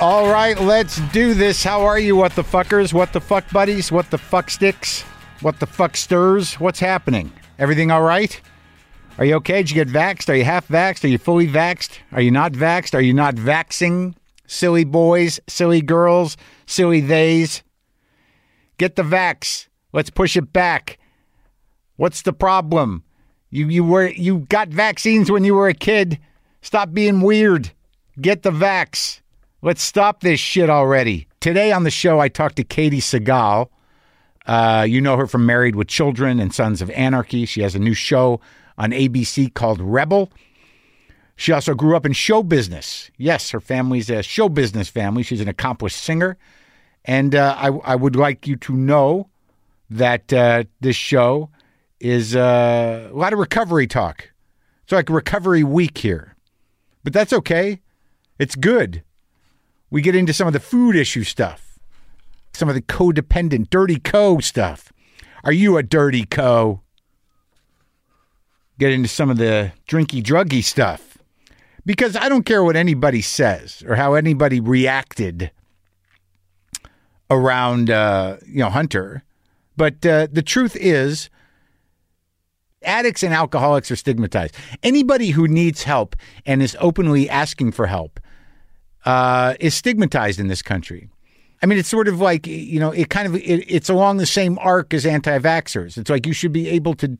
All right, let's do this. How are you, what the fuckers? What the fuck buddies? What the fuck sticks? What the fuck stirs? What's happening? Everything all right? Are you okay? Did you get vaxxed? Are you half vaxxed? Are you fully vaxxed? Are you not vaxxed? Are you not vaxing? Silly boys, silly girls, silly theys. Get the vax. Let's push it back. What's the problem? You you were you got vaccines when you were a kid. Stop being weird. Get the vax. Let's stop this shit already. Today on the show, I talked to Katie Segal. Uh, you know her from Married with Children and Sons of Anarchy. She has a new show on ABC called Rebel. She also grew up in show business. Yes, her family's a show business family. She's an accomplished singer. And uh, I, I would like you to know that uh, this show is uh, a lot of recovery talk. It's like recovery week here, but that's okay. It's good. We get into some of the food issue stuff, some of the codependent, dirty co stuff. Are you a dirty co? Get into some of the drinky druggy stuff. Because I don't care what anybody says or how anybody reacted around uh, you know Hunter, but uh, the truth is, addicts and alcoholics are stigmatized. Anybody who needs help and is openly asking for help uh, is stigmatized in this country. I mean, it's sort of like you know, it kind of it, it's along the same arc as anti-vaxxers. It's like you should be able to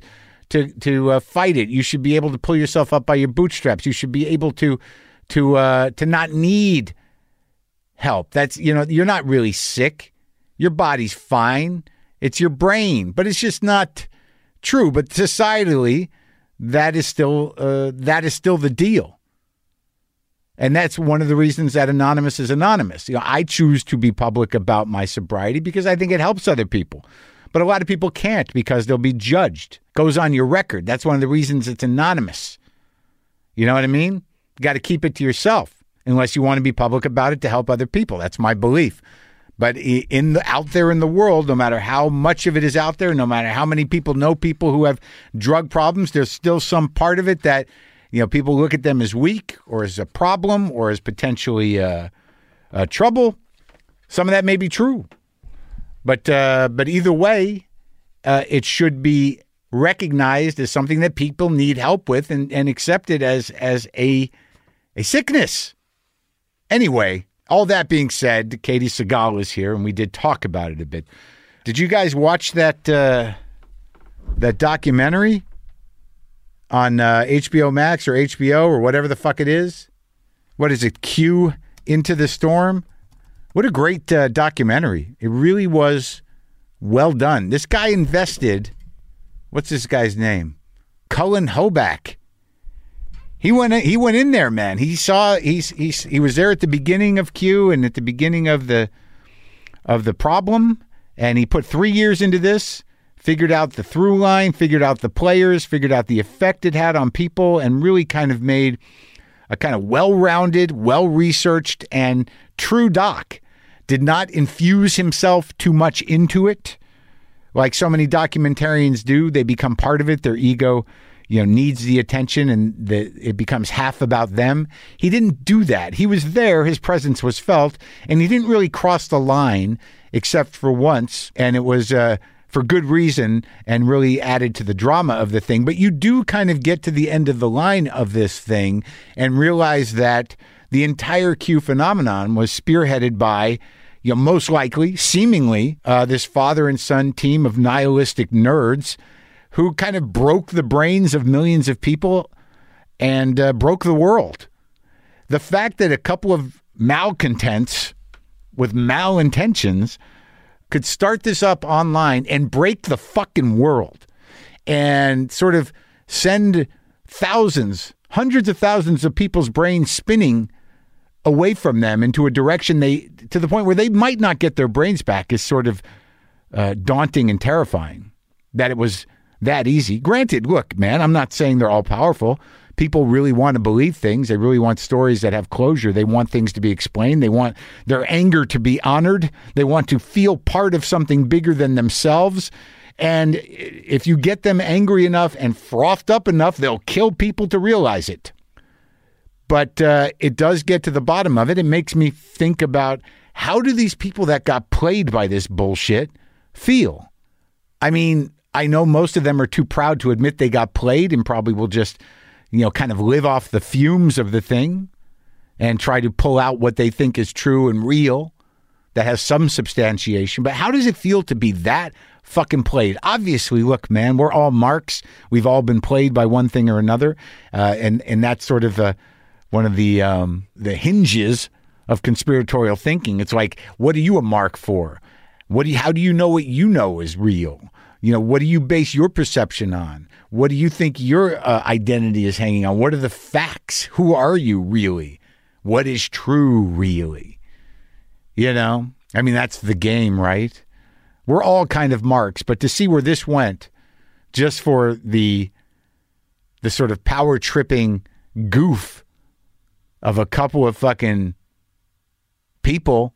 to to uh, fight it. You should be able to pull yourself up by your bootstraps. You should be able to to uh, to not need help. That's you know, you're not really sick. Your body's fine. It's your brain, but it's just not true. But societally, that is still uh, that is still the deal, and that's one of the reasons that anonymous is anonymous. You know, I choose to be public about my sobriety because I think it helps other people. But a lot of people can't because they'll be judged. Goes on your record. That's one of the reasons it's anonymous. You know what I mean? You got to keep it to yourself unless you want to be public about it to help other people. That's my belief. But i- in the, out there in the world, no matter how much of it is out there, no matter how many people know people who have drug problems, there's still some part of it that you know people look at them as weak or as a problem or as potentially uh, uh, trouble. Some of that may be true, but uh, but either way, uh, it should be recognized as something that people need help with and, and accepted as as a a sickness. Anyway, all that being said, Katie Segal is here, and we did talk about it a bit. Did you guys watch that uh, that documentary on uh, HBO Max or HBO or whatever the fuck it is? What is it? Q into the storm. What a great uh, documentary! It really was well done. This guy invested. What's this guy's name? Cullen Hoback. He went. He went in there, man. He saw. He's. He's. He was there at the beginning of Q and at the beginning of the, of the problem. And he put three years into this. Figured out the through line. Figured out the players. Figured out the effect it had on people. And really kind of made a kind of well-rounded, well-researched, and true doc. Did not infuse himself too much into it like so many documentarians do they become part of it their ego you know needs the attention and the, it becomes half about them he didn't do that he was there his presence was felt and he didn't really cross the line except for once and it was uh, for good reason and really added to the drama of the thing but you do kind of get to the end of the line of this thing and realize that the entire q phenomenon was spearheaded by you know, most likely, seemingly, uh, this father and son team of nihilistic nerds who kind of broke the brains of millions of people and uh, broke the world. The fact that a couple of malcontents with malintentions could start this up online and break the fucking world and sort of send thousands, hundreds of thousands of people's brains spinning away from them into a direction they to the point where they might not get their brains back is sort of uh, daunting and terrifying that it was that easy. Granted, look, man, I'm not saying they're all powerful. People really want to believe things. They really want stories that have closure. They want things to be explained. They want their anger to be honored. They want to feel part of something bigger than themselves. And i- if you get them angry enough and frothed up enough, they'll kill people to realize it but uh, it does get to the bottom of it. It makes me think about how do these people that got played by this bullshit feel? I mean, I know most of them are too proud to admit they got played and probably will just, you know, kind of live off the fumes of the thing and try to pull out what they think is true and real that has some substantiation. But how does it feel to be that fucking played? Obviously, look, man, we're all marks. We've all been played by one thing or another, uh, and and that's sort of uh, one of the um, the hinges of conspiratorial thinking. It's like, what are you a mark for? What do you, how do you know what you know is real? You know, what do you base your perception on? What do you think your uh, identity is hanging on? What are the facts? Who are you really? What is true really? You know, I mean, that's the game, right? We're all kind of marks, but to see where this went, just for the the sort of power tripping goof of a couple of fucking people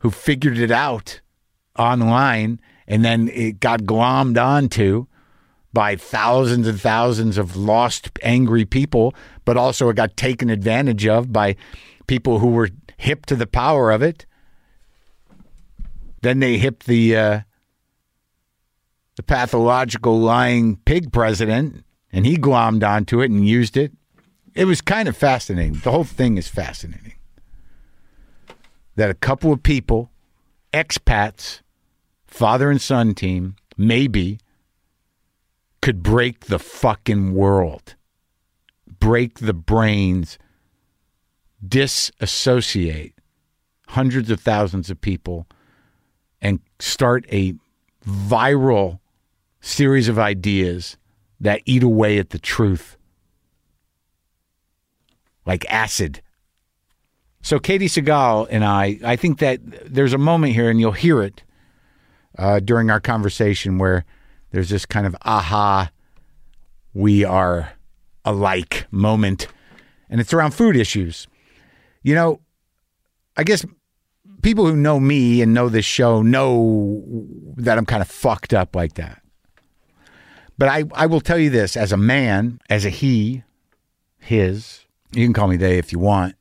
who figured it out online and then it got glommed onto by thousands and thousands of lost angry people, but also it got taken advantage of by people who were hip to the power of it. Then they hip the uh, the pathological lying pig president, and he glommed onto it and used it. It was kind of fascinating. The whole thing is fascinating. That a couple of people, expats, father and son team, maybe could break the fucking world, break the brains, disassociate hundreds of thousands of people, and start a viral series of ideas that eat away at the truth like acid. So, Katie Segal and I, I think that there's a moment here, and you'll hear it uh, during our conversation where there's this kind of aha, we are alike moment. And it's around food issues. You know, I guess people who know me and know this show know that I'm kind of fucked up like that. But I, I will tell you this as a man, as a he, his, you can call me they if you want.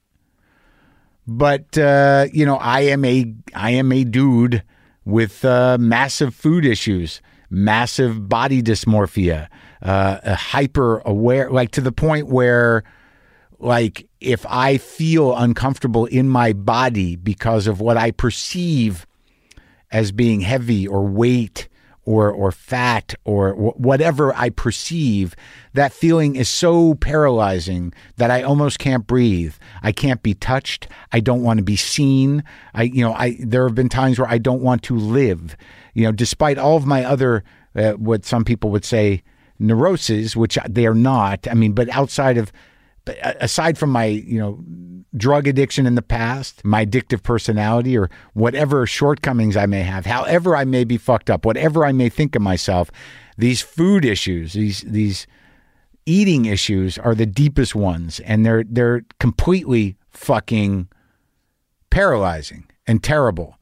But uh, you know, I am a I am a dude with uh, massive food issues massive body dysmorphia, uh, a hyper aware, like to the point where, like, if I feel uncomfortable in my body because of what I perceive as being heavy or weight or or fat or wh- whatever I perceive, that feeling is so paralyzing that I almost can't breathe. I can't be touched. I don't want to be seen. I you know I there have been times where I don't want to live. You know, despite all of my other uh, what some people would say neuroses, which they are not. I mean, but outside of but uh, aside from my you know drug addiction in the past my addictive personality or whatever shortcomings i may have however i may be fucked up whatever i may think of myself these food issues these these eating issues are the deepest ones and they're they're completely fucking paralyzing and terrible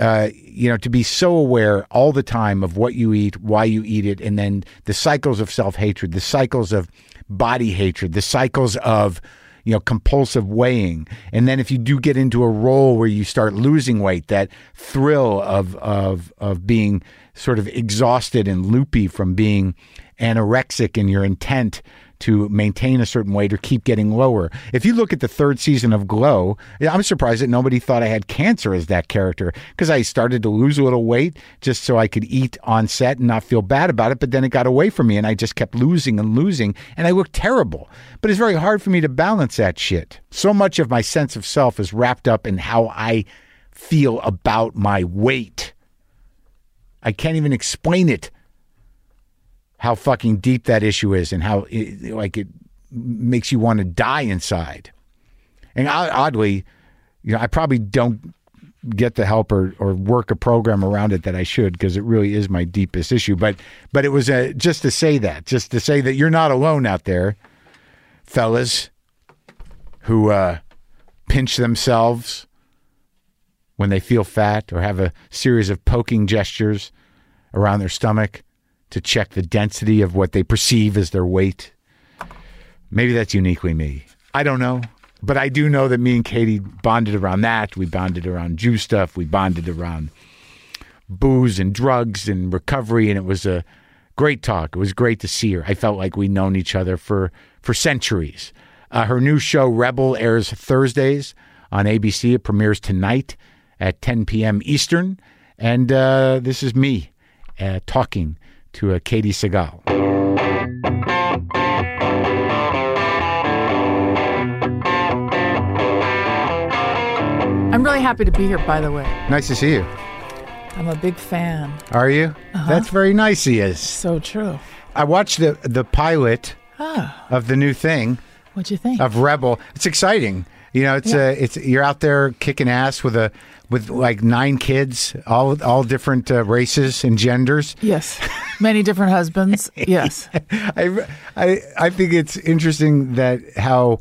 uh, you know, to be so aware all the time of what you eat, why you eat it, and then the cycles of self hatred, the cycles of body hatred, the cycles of you know compulsive weighing, and then if you do get into a role where you start losing weight, that thrill of of of being sort of exhausted and loopy from being anorexic in your intent to maintain a certain weight or keep getting lower. If you look at the third season of Glow, I'm surprised that nobody thought I had cancer as that character because I started to lose a little weight just so I could eat on set and not feel bad about it. But then it got away from me and I just kept losing and losing and I looked terrible. But it's very hard for me to balance that shit. So much of my sense of self is wrapped up in how I feel about my weight. I can't even explain it how fucking deep that issue is and how it, like it makes you want to die inside. And oddly, you know, I probably don't get the help or, or work a program around it that I should because it really is my deepest issue. But but it was a, just to say that, just to say that you're not alone out there, fellas, who uh, pinch themselves when they feel fat or have a series of poking gestures around their stomach to check the density of what they perceive as their weight. Maybe that's uniquely me. I don't know. But I do know that me and Katie bonded around that. We bonded around Jew stuff. We bonded around booze and drugs and recovery. And it was a great talk. It was great to see her. I felt like we'd known each other for, for centuries. Uh, her new show, Rebel, airs Thursdays on ABC. It premieres tonight at 10 p.m. Eastern. And uh, this is me uh, talking to uh, Katie Segal. I'm really happy to be here, by the way. Nice to see you. I'm a big fan. Are you? That's very nice. He is. So true. I watched the the pilot of the new thing Ah, What'd you think? of Rebel. It's exciting. You know, it's uh it's you're out there kicking ass with a with like nine kids, all all different uh, races and genders. yes. Many different husbands. Yes. I, I, I think it's interesting that how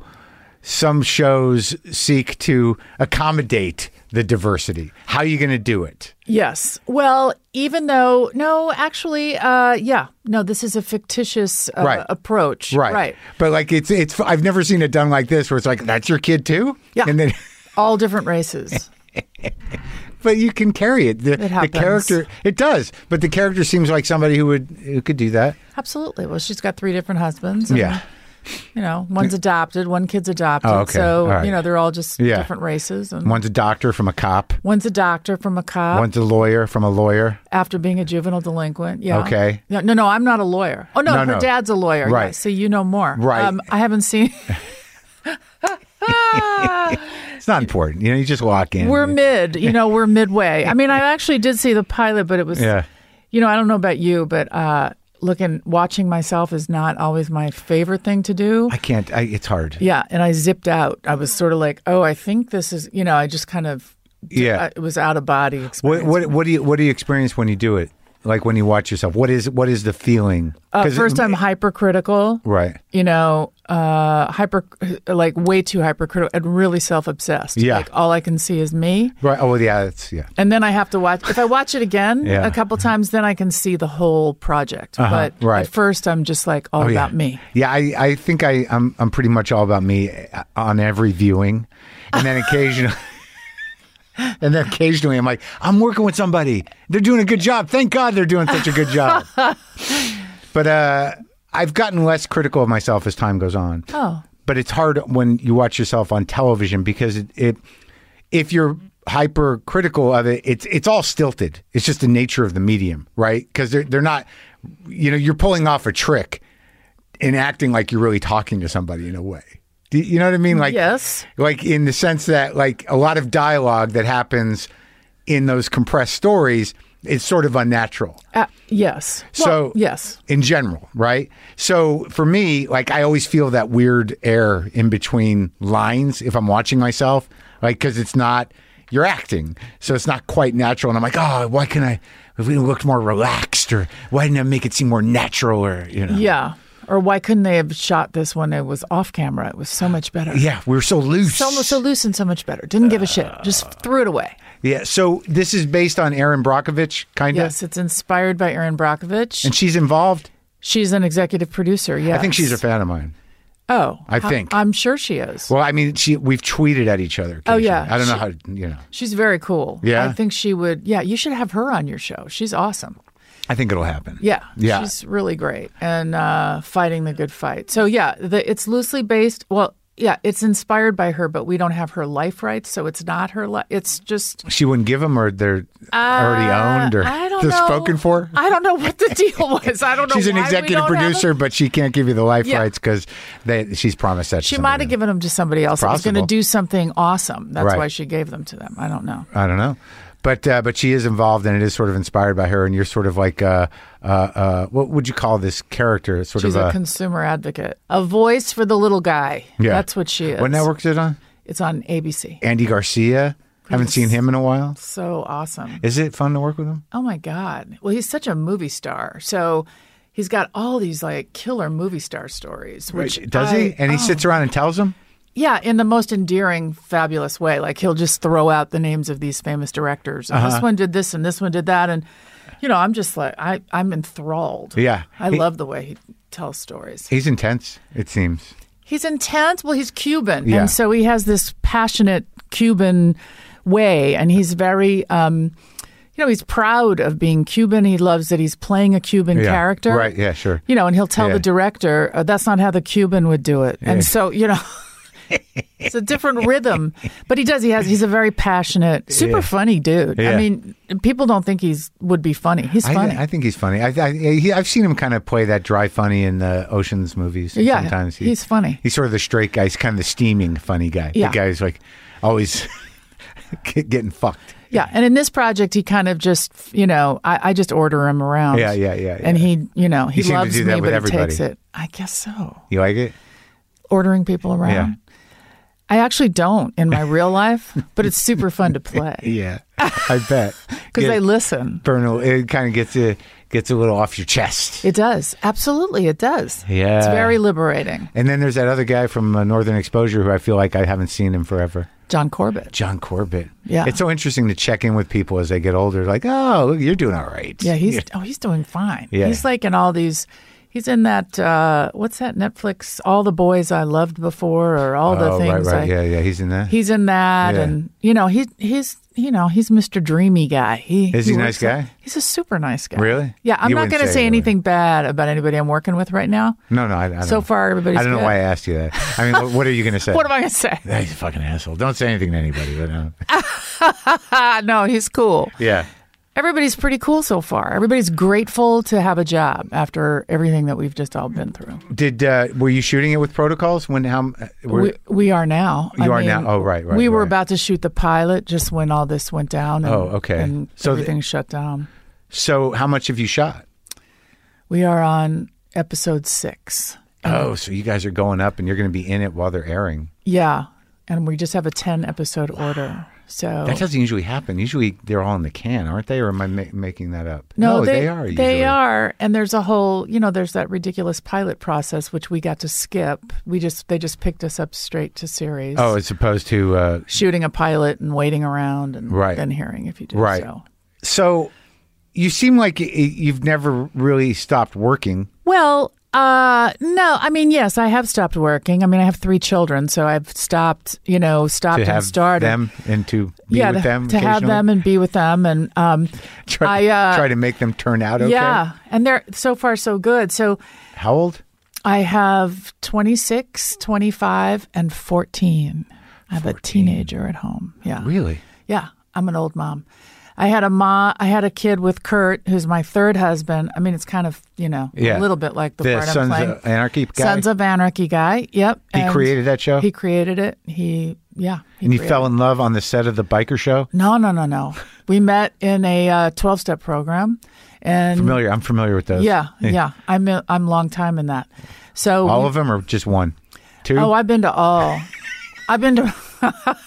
some shows seek to accommodate the diversity. How are you going to do it? Yes. Well, even though, no, actually, uh, yeah. No, this is a fictitious uh, Right. approach. Right. But like it's it's I've never seen it done like this where it's like that's your kid too. Yeah. And then All different races. but you can carry it. The, the happens. character it does, but the character seems like somebody who would who could do that. Absolutely. Well, she's got three different husbands. and, Yeah. You know, one's adopted, one kid's adopted. Oh, okay. So, All right. you know, they're all just Yeah. different races. And One's a doctor from a cop. one's a doctor from a cop. One's a lawyer from a lawyer. after being a juvenile delinquant. Yeah. Okay. No, no, no I'm not a lawyer. Oh no, No, her no. dad's a lawyer. Right. Yeah, so you know more. Um, Right. I haven't seen. It's not important. You know, you just walk in. we're mid. You know, we're midway. I mean, I actually did see the pilot, but it was. Yeah. You know, I don't know about you, but uh, looking, watching myself is not always my favorite thing to do. I can't I, it's hard. yeah, and I zipped out. I was sort of like, oh, I think this is. You know, I just kind of. Yeah. I- it was out of body What experience. what what do you what do you experience when you do it? Like when you watch yourself, what is what is the feeling? uh, 'Cause it- first, I'm hypercritical. right. you know, uh, hyper, like way too hypercritical and really self obsessed. Yeah. Like all I can see is me. Right. Oh yeah, that's yeah. And then I have to watch, if I watch it again Yeah. Uh-huh. a couple times, then I can see the whole project. but right. Oh, at first, I'm just like all about yeah. me. Yeah, I, I think I, I'm I'm pretty much all about me uh, on every viewing, and then occasionally, and then occasionally I'm like, I'm working with somebody. They're doing a good job. Thank God they're doing such a good job. but uh, I've gotten less critical of myself as time goes on. Oh. But it's hard when you watch yourself on television because it, it if you're hypercritical of it, it's it's all stilted. It's just the nature of the medium, right? Because they're they're not, you know, you're pulling off a trick and acting like you're really talking to somebody in a way. Do you- you know what I mean? Like Yes. like in the sense that like a lot of dialogue that happens in those compressed stories is sort of unnatural Uh, yes. So- Well, yes. in general, right? So for me, like I always feel that weird air in between lines if I'm watching myself, like because it's not you're acting, so it's not quite natural, and I'm like, oh, why can I? If we looked more relaxed, or why didn't I make it seem more natural, or you know, Yeah. Or why couldn't they have shot this when it was off camera? It was so much better. yeah, Uh. we were so loose, So, so loose and so much better. Didn't give a shit. Just threw it away. yeah. So this is based on Aaron Brockovich, kind of, Yes, it's inspired by Erin Brockovich. and she's involved. she's an executive producer. Yeah, I think she's a fan of mine. Oh, I ho- think. I'm sure she is. Well, I mean, she we've tweeted at each other. Oh, yeah. occasionally. I don't know how She- you know. She's very cool. Yeah? I think she would. Yeah, you should have her on your show. She's awesome. I think it'll happen. Yeah, yeah. She's really great and uh, fighting the good fight. So yeah, the, it's loosely based. Well, yeah, it's inspired by her, but we don't have her life rights, so it's not her life. It's just she wouldn't give them, or they're already uh, owned, or I don't they're know. spoken for. I don't know what the deal was. I don't know. She's an why we executive don't have it. producer, but she can't give you the life Yeah. rights because she's promised that. to She somebody. might have given them to somebody else. that was going to possible. do something awesome. That's Right. why she gave them to them. I don't know. I don't know, but uh, but she is involved, and it is sort of inspired by her. And you're sort of like, uh, uh, uh, what would you call this character? Sort She's of a consumer advocate, a voice for the little guy. That's what she is. What network is it on? It's on ABC. Andy Garcia. Haven't seen him in a while. So awesome. Is it fun to work with him? Oh my God. Well, he's such a movie star. So he's got all these like killer movie star stories. Which Does he? I- uh, oh. And he sits around and tells them. Yeah, in the most endearing, fabulous way. Like he'll just throw out the names of these famous directors. And Uh-huh. This one did this and this one did that. And, you know, I'm just like, I, I'm enthralled. Yeah. I He- love the way he tells stories. He's intense. It seems. He's intense. Well, he's Cuban, Yeah. and so he has this passionate Cuban way, and he's very, um, you know, he's proud of being Cuban. He loves that he's playing a Cuban Yeah. character, Right, yeah, sure. You know, and he'll tell Yeah. the director, uh, "That's not how the Cuban would do it," and so you know. It's a different rhythm, but he does. He has. He's a very passionate, super funny dude. Yeah. I mean, people don't think he's would be funny. He's I, funny. I think he's funny. I, I, he, I've seen him kind of play that dry funny in the Ocean's movies. Yeah, sometimes he- he's funny. He's sort of the straight guy. He's kind of the steaming funny guy. Yeah. The guy who's like always get- getting fucked. Yeah, and in this project, he kind of just you know I, I just order him around. Yeah, yeah, yeah, And he you know he, seemed to loves do me, that but with he everybody. takes it. I guess so. You like it? Ordering people around. Yeah. I actually don't in my real life, but it's super fun to play Yeah, I bet. because they listen. burn. a- It kind of gets you gets a little off your chest. It does absolutely. It does. Yeah. it's very liberating. and then there's that other guy from uh, Northern Exposure who I feel like I haven't seen him forever. John Corbett. John Corbett. Yeah. It's so interesting to check in with people as they get older. Like, oh, look, you're doing all right. Yeah, he's oh he's doing fine. Yeah. He's like in all these. He's in that uh, what's that Netflix? All the boys I loved before, or all the oh, things. right, right. I, yeah, yeah. He's in that. He's in that, Yeah. and you know he he's you know he's Mr. Dreamy guy. He Is he a nice works at- guy? He's a super nice guy. Really? Yeah, I'm You not wouldn't going to say that, say would you? anything bad about anybody I'm working with right now. no, no. I, I don't So know. far, everybody's. I don't know good. why I asked you that. I mean, wh- what are you going to say? What am I going to say? Ah, He's a fucking asshole. Don't say anything to anybody. But, uh, Ah, no, he's cool. yeah. Everybody's pretty cool so far. Everybody's grateful to have a job after everything that we've just all been through. Did uh, were you shooting it with protocols? When how? uh, Were, We, we are now. You are now. Oh, right, right, We were right. about to shoot the pilot just when all this went down. And, Oh, okay. And So the- everything shut down. so how much have you shot? We are on episode six. Oh, so you guys are going up, and you're going to be in it while they're airing. Yeah. And we just have a 10 episode order. So That doesn't usually happen. Usually they're all in the can, aren't they? Or am I ma- making that up? no, they, are. usually. They are. And there's a whole, you know, there's that ridiculous pilot process which we got to skip. We just they just picked us up straight to series. Oh, as opposed to uh, shooting a pilot and waiting around and Right. then hearing if you do Right. so. so. You seem like y- you've never really stopped working. Well, uh, no, I mean, yes, I have stopped working. I mean, I have three children, so I've stopped, you know, stopped To and have started. them and to be yeah, with to- them to have occasionally? them and be with them, and um, Try, I, uh, try to make them turn out okay. yeah, and they're so far so good. So How old? I have 26, 25, and 14. I have a teenager at home. Yeah. Really? Yeah. I'm an old mom. I had a ma I had a kid with Kurt, who's my third husband. I mean, it's kind of, you know, Yeah. a little bit like the, The part I'm Sons playing. of Anarchy guy. Sons of Anarchy guy. Yep. he created that show, He created it. He yeah. Mm-hmm. He and you created fell in love on the set of the biker show. it. No, no, no, no. We met in a twelve step program, and Familiar? I'm familiar with those. yeah, yeah. I'm i I'm long time in that. So All we- of them, or just one? Two? oh, I've been to all. I've been to.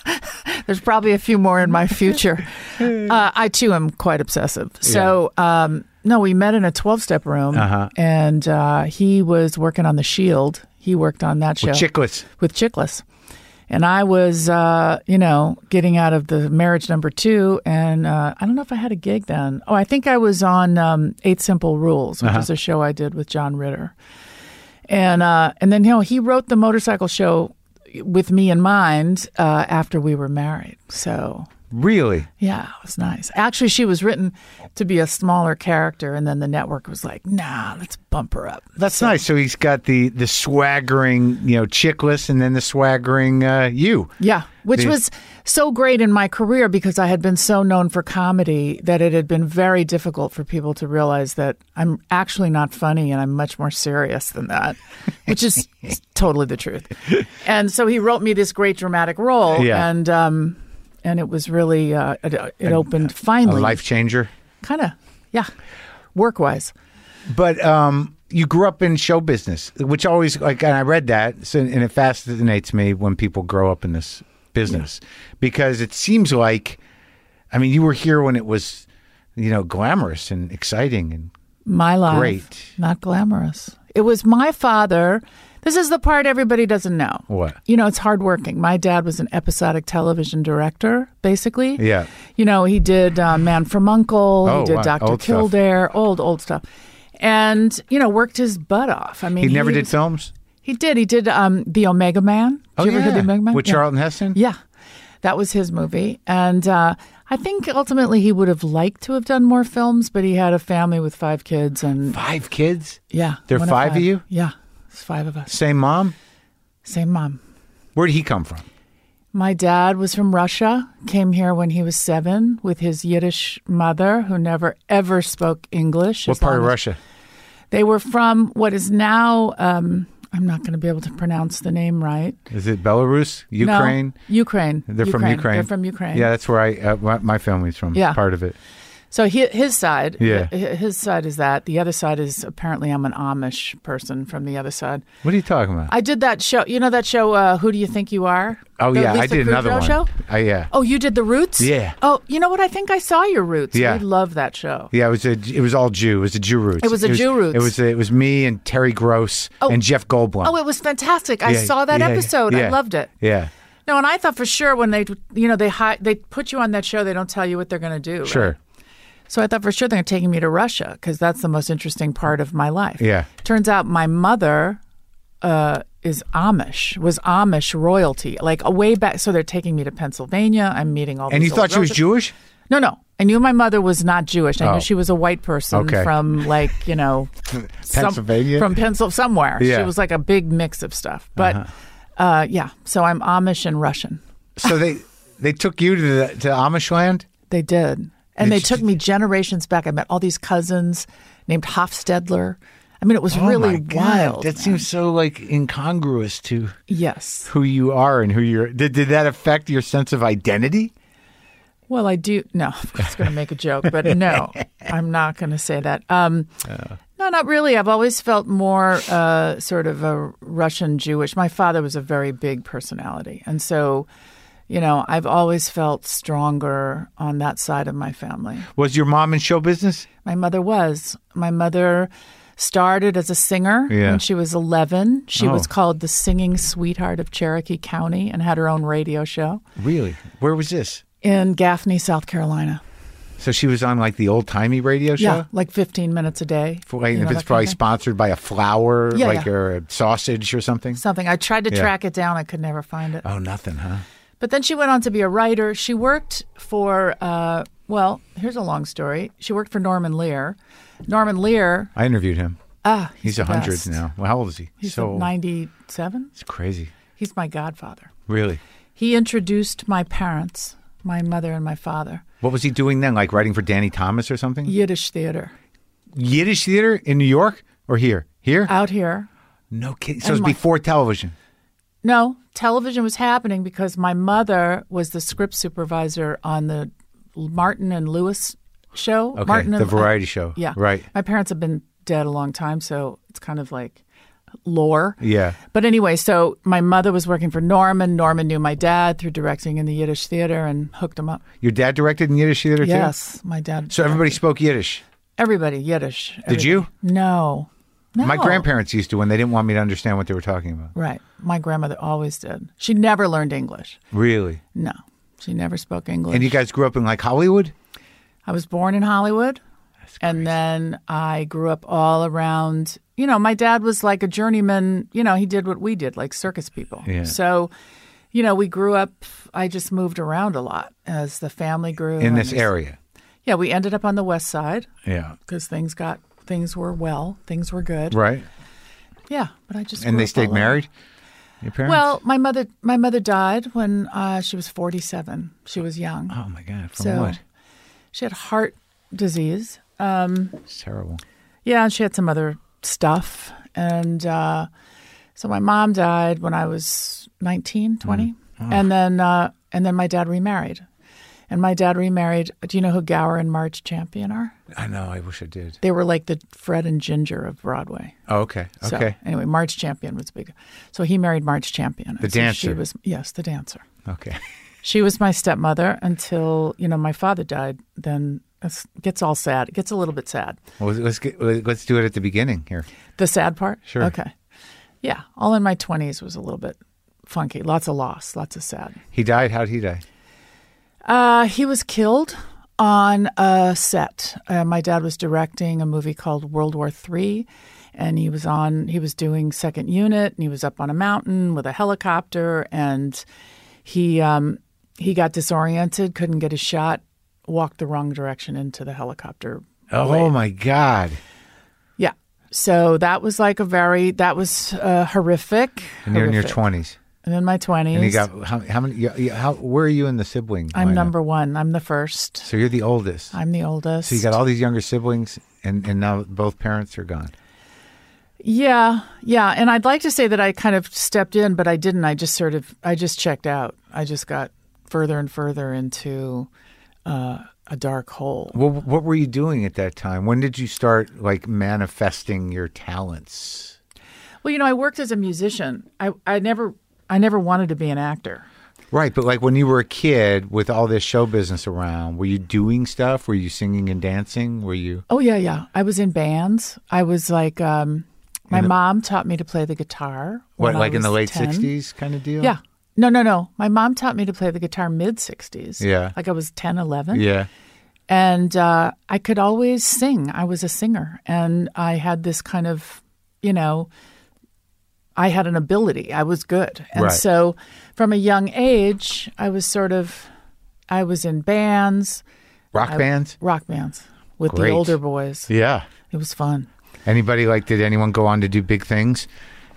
There's probably a few more in my future. Uh, I too am quite obsessive. So um, no, we met in a twelve step room, Uh-huh. and uh, he was working on the Shield. He worked on that show Chicklets. with Chickless. And I was, uh, you know, getting out of the marriage number two, and uh, I don't know if I had a gig then. Oh, I think I was on um, Eight Simple Rules, which is a show I did with John Ritter, and uh, and then you know he wrote the motorcycle show with me in mind uh, after we were married. So Really? yeah, it was nice. Actually, she was written to be a smaller character, and then the network was like, "Nah, let's bump her up." That's nice. So he's got the the swaggering, you know, chickless, and then the swaggering uh, you. Yeah, which The- was so great in my career because I had been so known for comedy that it had been very difficult for people to realize that I'm actually not funny and I'm much more serious than that, which is totally the truth. And so he wrote me this great dramatic role, Yeah. and um, and it was really uh, it, it opened finally, A life changer. kind of yeah, work wise. But um, you grew up in show business, which always like, and I read that, so, and it fascinates me when people grow up in this business because it seems like, I mean, you were here when it was, you know, glamorous and exciting, and My life. Great. Not glamorous. It was my father. This is the part everybody doesn't know. What? You know, it's hardworking. My dad was an episodic television director, basically. Yeah. You know, he did uh, Man from Uncle, Oh, he did wow. Dr. Old stuff. Kildare, old, old stuff. And, you know, worked his butt off. I mean, he never did was- films. Oh, He did. He did um, the Omega Man. Did you ever hear the Omega Man? With Yeah. Charlton Heston? Yeah, that was his movie, and uh, I think ultimately he would have liked to have done more films, but he had a family with five kids, and Five kids? yeah, There are one five of you? Yeah, it's five of us. Same mom? Same mom. Where'd he come from? My dad was from Russia, came here when he was seven with his Yiddish mother, who never ever spoke English. What as part of long as- Russia? They were from what is now. Um, I'm not going to be able to pronounce the name right. Is it Belarus? No, Ukraine? Ukraine. They're from Ukraine. They're from Ukraine. Yeah, that's where I uh, my, my family's from. Yeah. part of it. So he, his side, Yeah. hi- his side is that. The other side is apparently I'm an Amish person from the other side. What are you talking about? I did that show. You know that show, uh, Who Do You Think You Are? oh The yeah, I Lisa did another Kudrow one. show. I, yeah, Oh, you did The Roots? Yeah. Oh, you know what? I think I saw your Roots. Yeah. We love that show. yeah. It was a, it was all Jew. It was a Jew roots. It was a Jew roots. It was it was me and Terry Gross Oh. and Jeff Goldblum. Oh, it was fantastic. I Yeah, saw that yeah, episode. yeah. I loved it. yeah, No, and I thought for sure when they, you know, they hi- they put you on that show, they don't tell you what they're going to do. right? sure. So I thought for sure they're taking me to Russia because that's the most interesting part of my life. Yeah. Turns out my mother uh, is Amish, was Amish royalty, like a way back. So they're taking me to Pennsylvania. I'm meeting all. And these you thought old she was relatives. Jewish? No, no. I knew my mother was not Jewish. I Oh. knew she was a white person Okay. from like you know, some- Pennsylvania? from Pennsylvania somewhere. Yeah. Uh-huh. She was like a big mix of stuff. But uh, yeah, so I'm Amish and Russian. So they they took you to the, to Amish land. They did. And they It's- took me generations back. I met all these cousins named Hofstedler. I mean, it was really wild. Oh That seems so like incongruous to yes. who you are and who you're. Did did that affect your sense of identity? Well, I do. No, I was going to make a joke, but no, I'm not going to say that. Um, No, not really. I've always felt more uh, sort of a Russian Jewish. My father was a very big personality. And so, you know, I've always felt stronger on that side of my family. Was your mom in show business? My mother was. My mother started as a singer Yeah. when she was 11. She Oh. was called the singing sweetheart of Cherokee County and had her own radio show Really? Where was this? in Gaffney, South Carolina. So she was on like the old timey radio show. Yeah, like 15 minutes a day. For, like, you know, if that it's kind probably of thing. sponsored by a flower, Yeah, like yeah. or a sausage or something. something. I tried to Yeah. track it down, I could never find it. Oh, nothing, huh? But then she went on to be a writer. She worked for, uh, well, here's a long story. She worked for Norman Lear. Norman Lear, I interviewed him. ah, He's the a hundred best. now. Well, how old is he? He's so old. 97. It's crazy. He's my godfather. Really. He introduced my parents, my mother and my father, What was he doing then? Like writing for Danny Thomas or something? Yiddish theater Yiddish theater in New York or here? Here? out here. no kidding. So it's Uh, my- before television. No, television was happening because my mother was the script supervisor on the Martin and Lewis show. Okay, Martin the and, uh, variety show. yeah, Right. My parents have been dead a long time, so it's kind of like lore. Yeah. But anyway, so my mother was working for Norman. Norman knew my dad through directing in the Yiddish theater and hooked him up. Your dad directed in Yiddish theater too? Yes, my dad. So everybody spoke Yiddish. everybody Yiddish. everybody. you? No. No. My grandparents used to when they didn't want me to understand what they were talking about. Right. My grandmother always did. She never learned English. Really? No, she never spoke English. And you guys grew up in like Hollywood? I was born in Hollywood. And then I grew up all around, you know, my dad was like a journeyman, you know, he did what we did, like circus people. Yeah. So, you know, we grew up, I just moved around a lot as the family grew. In and this as- area. Yeah, we ended up on the west side Yeah. because things got, things were well, things were good. Right. Yeah, but I just And grew they up stayed all around. married? Your parents? Well, my mother, my mother died when uh, she was forty-seven. She was young, Oh my God. From so what? she had heart disease. Um, It's terrible. yeah, and she had some other stuff, and uh, so my mom died when I was 19, Mm. 20. Ah. and then uh, and then my dad remarried, and my dad remarried. Do you know who Gower and March Champion are? I know. I wish I did. They were like the Fred and Ginger of Broadway. Oh, okay. So, Okay. anyway, March Champion was big. So he married March Champion. The And so She dancer. was yes, the dancer. Okay. She was my stepmother until you know my father died. Then it gets all sad. It gets a little bit sad. Well, let's- let's get, let's do it at the beginning here. The sad part. Sure. Okay. Yeah. All in my twenties was a little bit funky. Lots of loss. Lots of sad. He died. How'd he die? Uh, he was killed on a set. Uh, my dad was directing a movie called World War III, and he was on. He was doing second unit, and he was up on a mountain with a helicopter, and he um, he got disoriented, couldn't get a shot, walked the wrong direction into the helicopter. Oh my God! Yeah. So that was like a very that was uh, horrific. And you're in your horrific. twenties, And in my twenties, and you got how, how many? You, you- how where are you in the sibling? I'm lineup? number one. I'm the first. So you're the oldest. I'm the oldest. So you got all these younger siblings, and and now both parents are gone. Yeah, yeah, and I'd like to say that I kind of stepped in, but I didn't. I just sort of, I just checked out. I just got further and further into uh, a dark hole. Well, what were you doing at that time? When did you start like manifesting your talents? Well, you know, I worked as a musician. I, I never, I never wanted to be an actor. Right, but like when you were a kid with all this show business around, were you doing stuff? Were you singing and dancing? Were you Oh yeah, yeah. I was in bands. I was like, um, my mom taught me to play the guitar. what when I like in the was late 10. sixties kind of deal? Yeah. No, no, no. My mom taught me to play the guitar mid 60s. Yeah. Like I was 10, 11. Yeah. and uh, I could always sing. I was a singer, and I had this kind of, you know, I had an ability. I was good, and Right. so from a young age, I was sort of, I was in bands, Rock bands? rock bands with Great. the older boys. Yeah. It was fun. Anybody like did anyone go on to do big things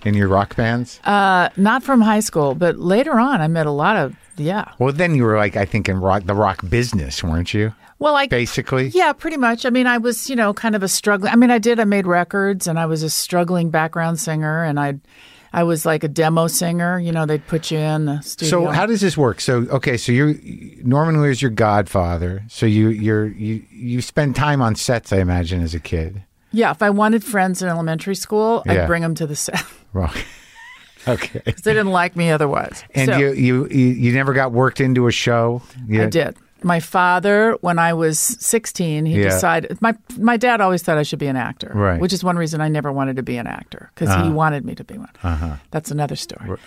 in your rock bands? Uh, not from high school, but later on, I met a lot of yeah. well then you were like I think in rock the rock business, weren't you? Well, I Basically. Yeah, pretty much. I mean, I was, you know, kind of a struggling. I mean, I did. I made records, and I was a struggling background singer, and I, I was like a demo singer. You know, they'd put you in the studio. So how does this work? So okay, so you're Norman Lear's your godfather. So you you're you you spend time on sets, I imagine, as a kid. yeah, if I wanted friends in elementary school, Yeah. I'd bring them to the set. 'Cause Rock. okay. they didn't like me otherwise. And So, you, you you you never got worked into a show. You- I did. My father, when I was sixteen, he Yeah. decided. My my dad always thought I should be an actor, Right. Uh-huh. Which is one reason I never wanted to be an actor because he wanted me to be one. That's another story.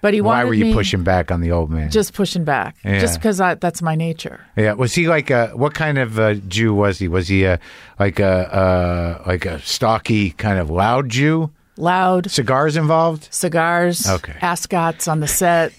But he Uh, Why wanted were you me- pushing back on the old man? just pushing back Yeah. just because I, that's my nature yeah. Was he like a what kind of uh, Jew was he? Was he a like a uh, like a stocky kind of loud Jew? loud Cigars involved? cigars Okay. ascots on the set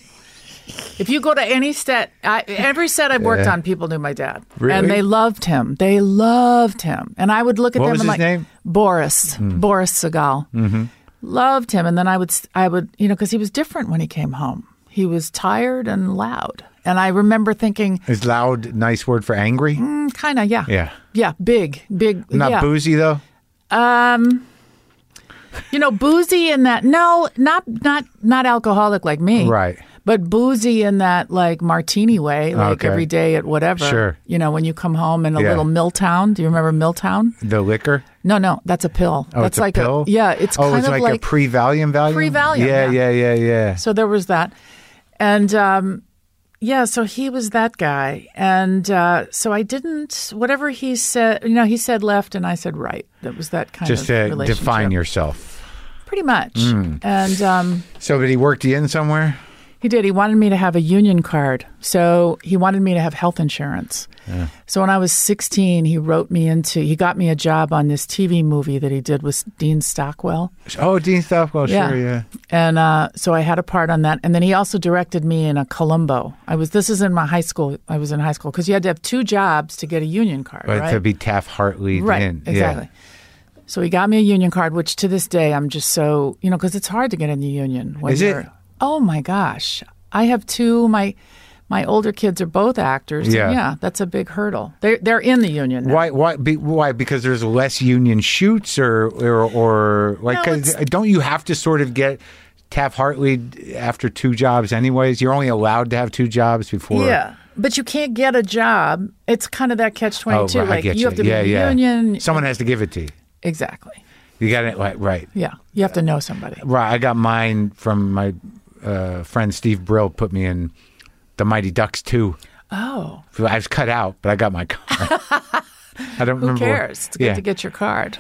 if you go to any set I, every set i've worked on people knew my dad Really? and they loved him they loved him and i would look at What was them and his like name? Hmm. boris boris segal mm-hmm. loved him and then i would i would you know because he was different when he came home he was tired and loud and i remember thinking Is loud nice word for angry? kind of yeah Yeah. yeah big big Not Mm. yeah. boozy though. Um, You know, boozy in that no, not not not alcoholic like me. Right. But boozy in that like martini way, like Okay. every day at whatever. Sure. You know, when you come home in a Yeah. little Milltown. Do you remember Milltown? The liquor. No, no, that's a pill. Oh, that's it's like a pill. yeah, it's oh, kind it's of like, like, a pre Valium Valium. Pre-Valium, Yeah, yeah, yeah, yeah. yeah. so there was that. And um yeah, so he was that guy. And uh, so I didn't whatever he said you know, he said left and I said right. That was that kind Just of to relationship. define yourself. pretty much. And um So, but he worked you in somewhere. He did. He wanted me to have a union card. So he wanted me to have health insurance. So when I was 16, he wrote me into, he got me a job on this TV movie that he did with Dean Stockwell. Oh, Dean Stockwell. Yeah. Sure, yeah. And uh, so I had a part on that. And then he also directed me in a Columbo. I was, this is in my high school. I was in high school because you had to have two jobs to get a union card. But right? to be Taft Hartley. Right. in. Yeah. Exactly. So he got me a union card, which to this day I'm just so you know because it's hard to get in the union. When Is it? you're, Oh my gosh! I have two. My my older kids are both actors. and Yeah. yeah, that's a big hurdle. They're they're in the union. Now. Why? Why? Be, why? Because there's less union shoots, or or, or like, No, 'cause don't you have to sort of get Taft Hartley after two jobs? Anyways, you're only allowed to have two jobs before. Yeah, but you can't get a job. It's kind of that catch Oh, twenty two. right, I like get you. have to yeah, be in yeah. the union. Someone has to give it to you. exactly. You got it right. Right. Yeah, you have to know somebody. Right. I got mine from my uh, friend Steve Brill. Put me in the Mighty Ducks two. Oh, I was cut out, but I got my card. I don't who remember. what- cares? It's good to get your card.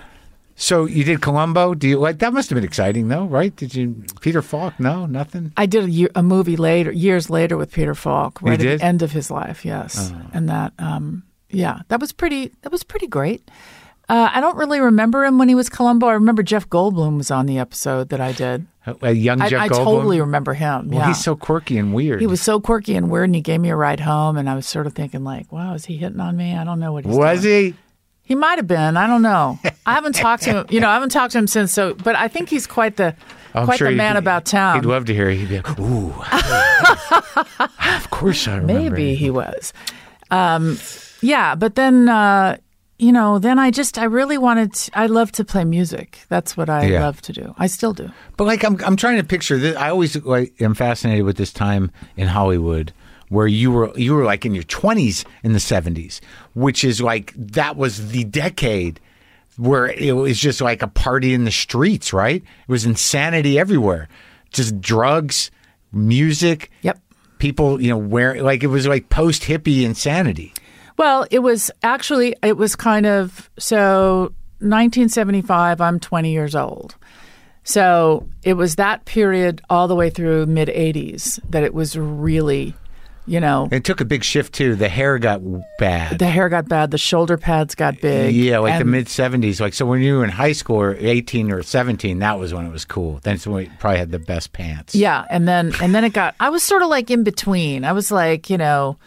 So you did Columbo. Do you like that? Must have been exciting, though, right? Did you Peter Falk? No, nothing. I did a, year, a movie later, years later, with Peter Falk, right at did? Oh. the end of his life. Yes, and that um, yeah, that was pretty. That was pretty great. Uh, I don't really remember him when he was Columbo. I remember Jeff Goldblum was on the episode that I did. A young I, Jeff I Goldblum. totally remember him. well, yeah. he's so quirky and weird. he was so quirky and weird, and he gave me a ride home, and I was sort of thinking like, "Wow, is he hitting on me? I don't know what he's doing." Was he? He might have been. I don't know. I haven't talked to him. You know, I haven't talked to him since. So, but I think he's quite the I'm quite sure the he'd man be- about town. He'd love to hear. it. He'd be like, ooh. of course I remember. Maybe it. he was. Um, yeah, but then uh, you know, then I just I really wanted. To, I love to play music. That's what I Yeah. love to do. I still do. But like I'm I'm trying to picture this I always like am fascinated with this time in Hollywood where you were you were like in your 20s in the 70s, which is like that was the decade where it was just like a party in the streets, right? It was insanity everywhere. Just drugs, music. Yep. People, you know, wearing like it was like post hippie insanity. Well, it was actually it was kind of so 1975. I'm 20 years old. So it was that period all the way through mid 80s that it was really, you know, It took a big shift too. The hair got bad. the hair got bad, the shoulder pads got big. Yeah, like the and- mid seventies. Like so, when you were in high school or eighteen or seventeen, that was when it was cool. That's when we probably had the best pants. Yeah, and then and then it got. I was sort of like in between. I was like, you know,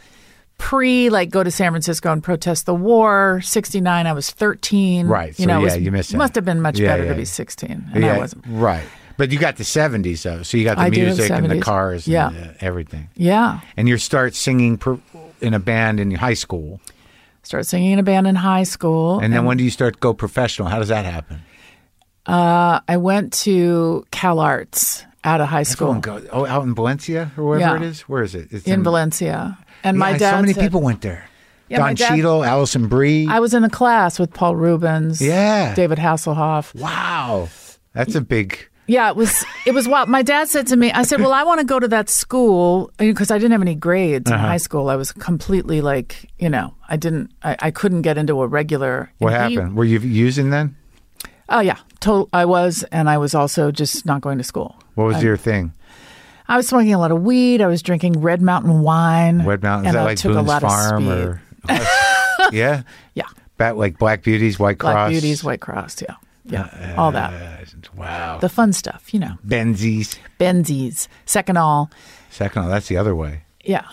pre like go to San Francisco and protest the war. Sixty nine. I was thirteen. Right, so You know, it yeah, was- you missed that. Must have been much Yeah, better yeah, to be yeah. sixteen. And I wasn't. right. But you got the seventies though, so you got the I do have music and the 70s. cars, Yeah. and the, everything. Yeah. And you start singing per, in a band in high school, Started singing in a band in high school. and then when do you start to go professional? How does that happen? uh, I went to Cal Arts out of high school Everyone go, oh, out in Valencia or wherever Yeah. it is. Where is it? It's in Valencia. And Yeah, my dad. So many said- people went there. Yeah, Don my dad- Cheadle, Allison Brie. I was in a class with Paul Rubens. Yeah. David Hasselhoff. wow, that's a big. Yeah, it was it was wild. My dad said to me, I said, "Well, I want to go to that school because I didn't have any grades Uh-huh. in high school. I was completely like, you know, I didn't, I, I couldn't get into a regular." What and he- happened? Were you using then? oh yeah, total. I was, and I was also just not going to school. What was your thing? I was smoking a lot of weed. I was drinking Red Mountain wine. Red Mountain? Is and that I like took Boone's a lot Farm of speed. or? Oh, yeah, yeah, Bat, like Black Beauties, White Black Cross. Beauties, White Cross, yeah, yeah, all that, Uh, wow. the fun stuff, you know, Benzies. Benzies, Seconal, Second, all, that's the other way. yeah.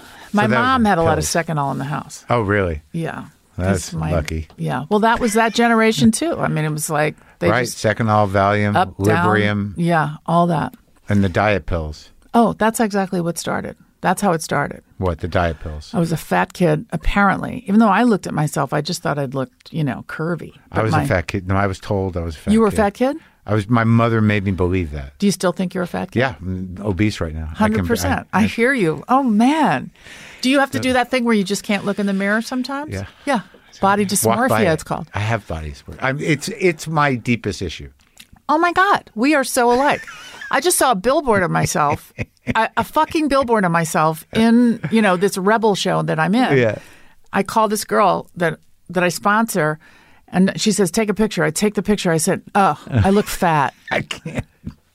that My was mom in had a lot of pills. Seconal in the house. Oh, really? Yeah. That's 'Cause my- lucky. Yeah. Well, that was that generation too. I mean, it was like they right. just Second, all Valium, up, Librium, down. Yeah, all that. and the diet pills. Oh, that's exactly what started. That's how it started. What the diet pills? I was a fat kid, apparently. Even though I looked at myself, I just thought I'd looked, you know, curvy. I But was my- a fat kid. No, I was told I was a fat. You were a kid. fat kid? I was. My mother made me believe that. Do you still think you're a fat kid? Yeah, I'm obese right now. I can- I- Hundred percent. I hear you. Oh man, do you have to do that thing where you just can't look in the mirror sometimes? Yeah. Yeah. Body walk by dysmorphia, it. it's called. I have body dysmorphia. I'm, it's it's my deepest issue. Oh my God, we are so alike. I just saw a billboard of myself, a, a fucking billboard of myself in you know this rebel show that I'm in. Yeah. I call this girl that that I sponsor, and she says, "Take a picture." I take the picture. I said, "Oh, I look fat." I can't.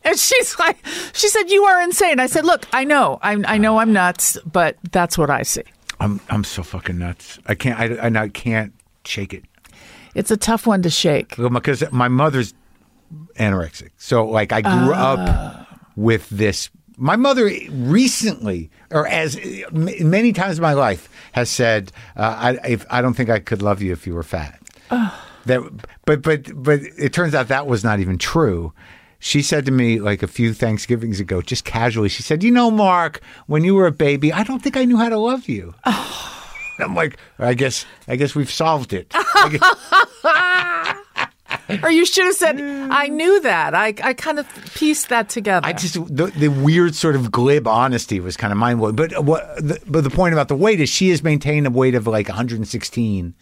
And she's like, "She said you are insane." I said, "Look, I know, I'm, I know I'm nuts, but that's what I see." I'm I'm so fucking nuts. I can't. I, I, I can't shake it It's a tough one to shake. because my mother's anorexic. So like I grew up with this. My mother recently, or as m- many times in my life, has said, uh, "I if, I don't think I could love you if you were fat." That, but but but it turns out that was not even true. She said to me like a few Thanksgivings ago, just casually. She said, "You know, Mark, when you were a baby, I don't think I knew how to love you." I'm like, I guess I guess we've solved it. I guess- Or you should have said, "I knew that." I I kind of pieced that together. I just the, the weird sort of glib honesty was kind of mind blowing. But uh, what? The, but the point about the weight is she has maintained a weight of like 116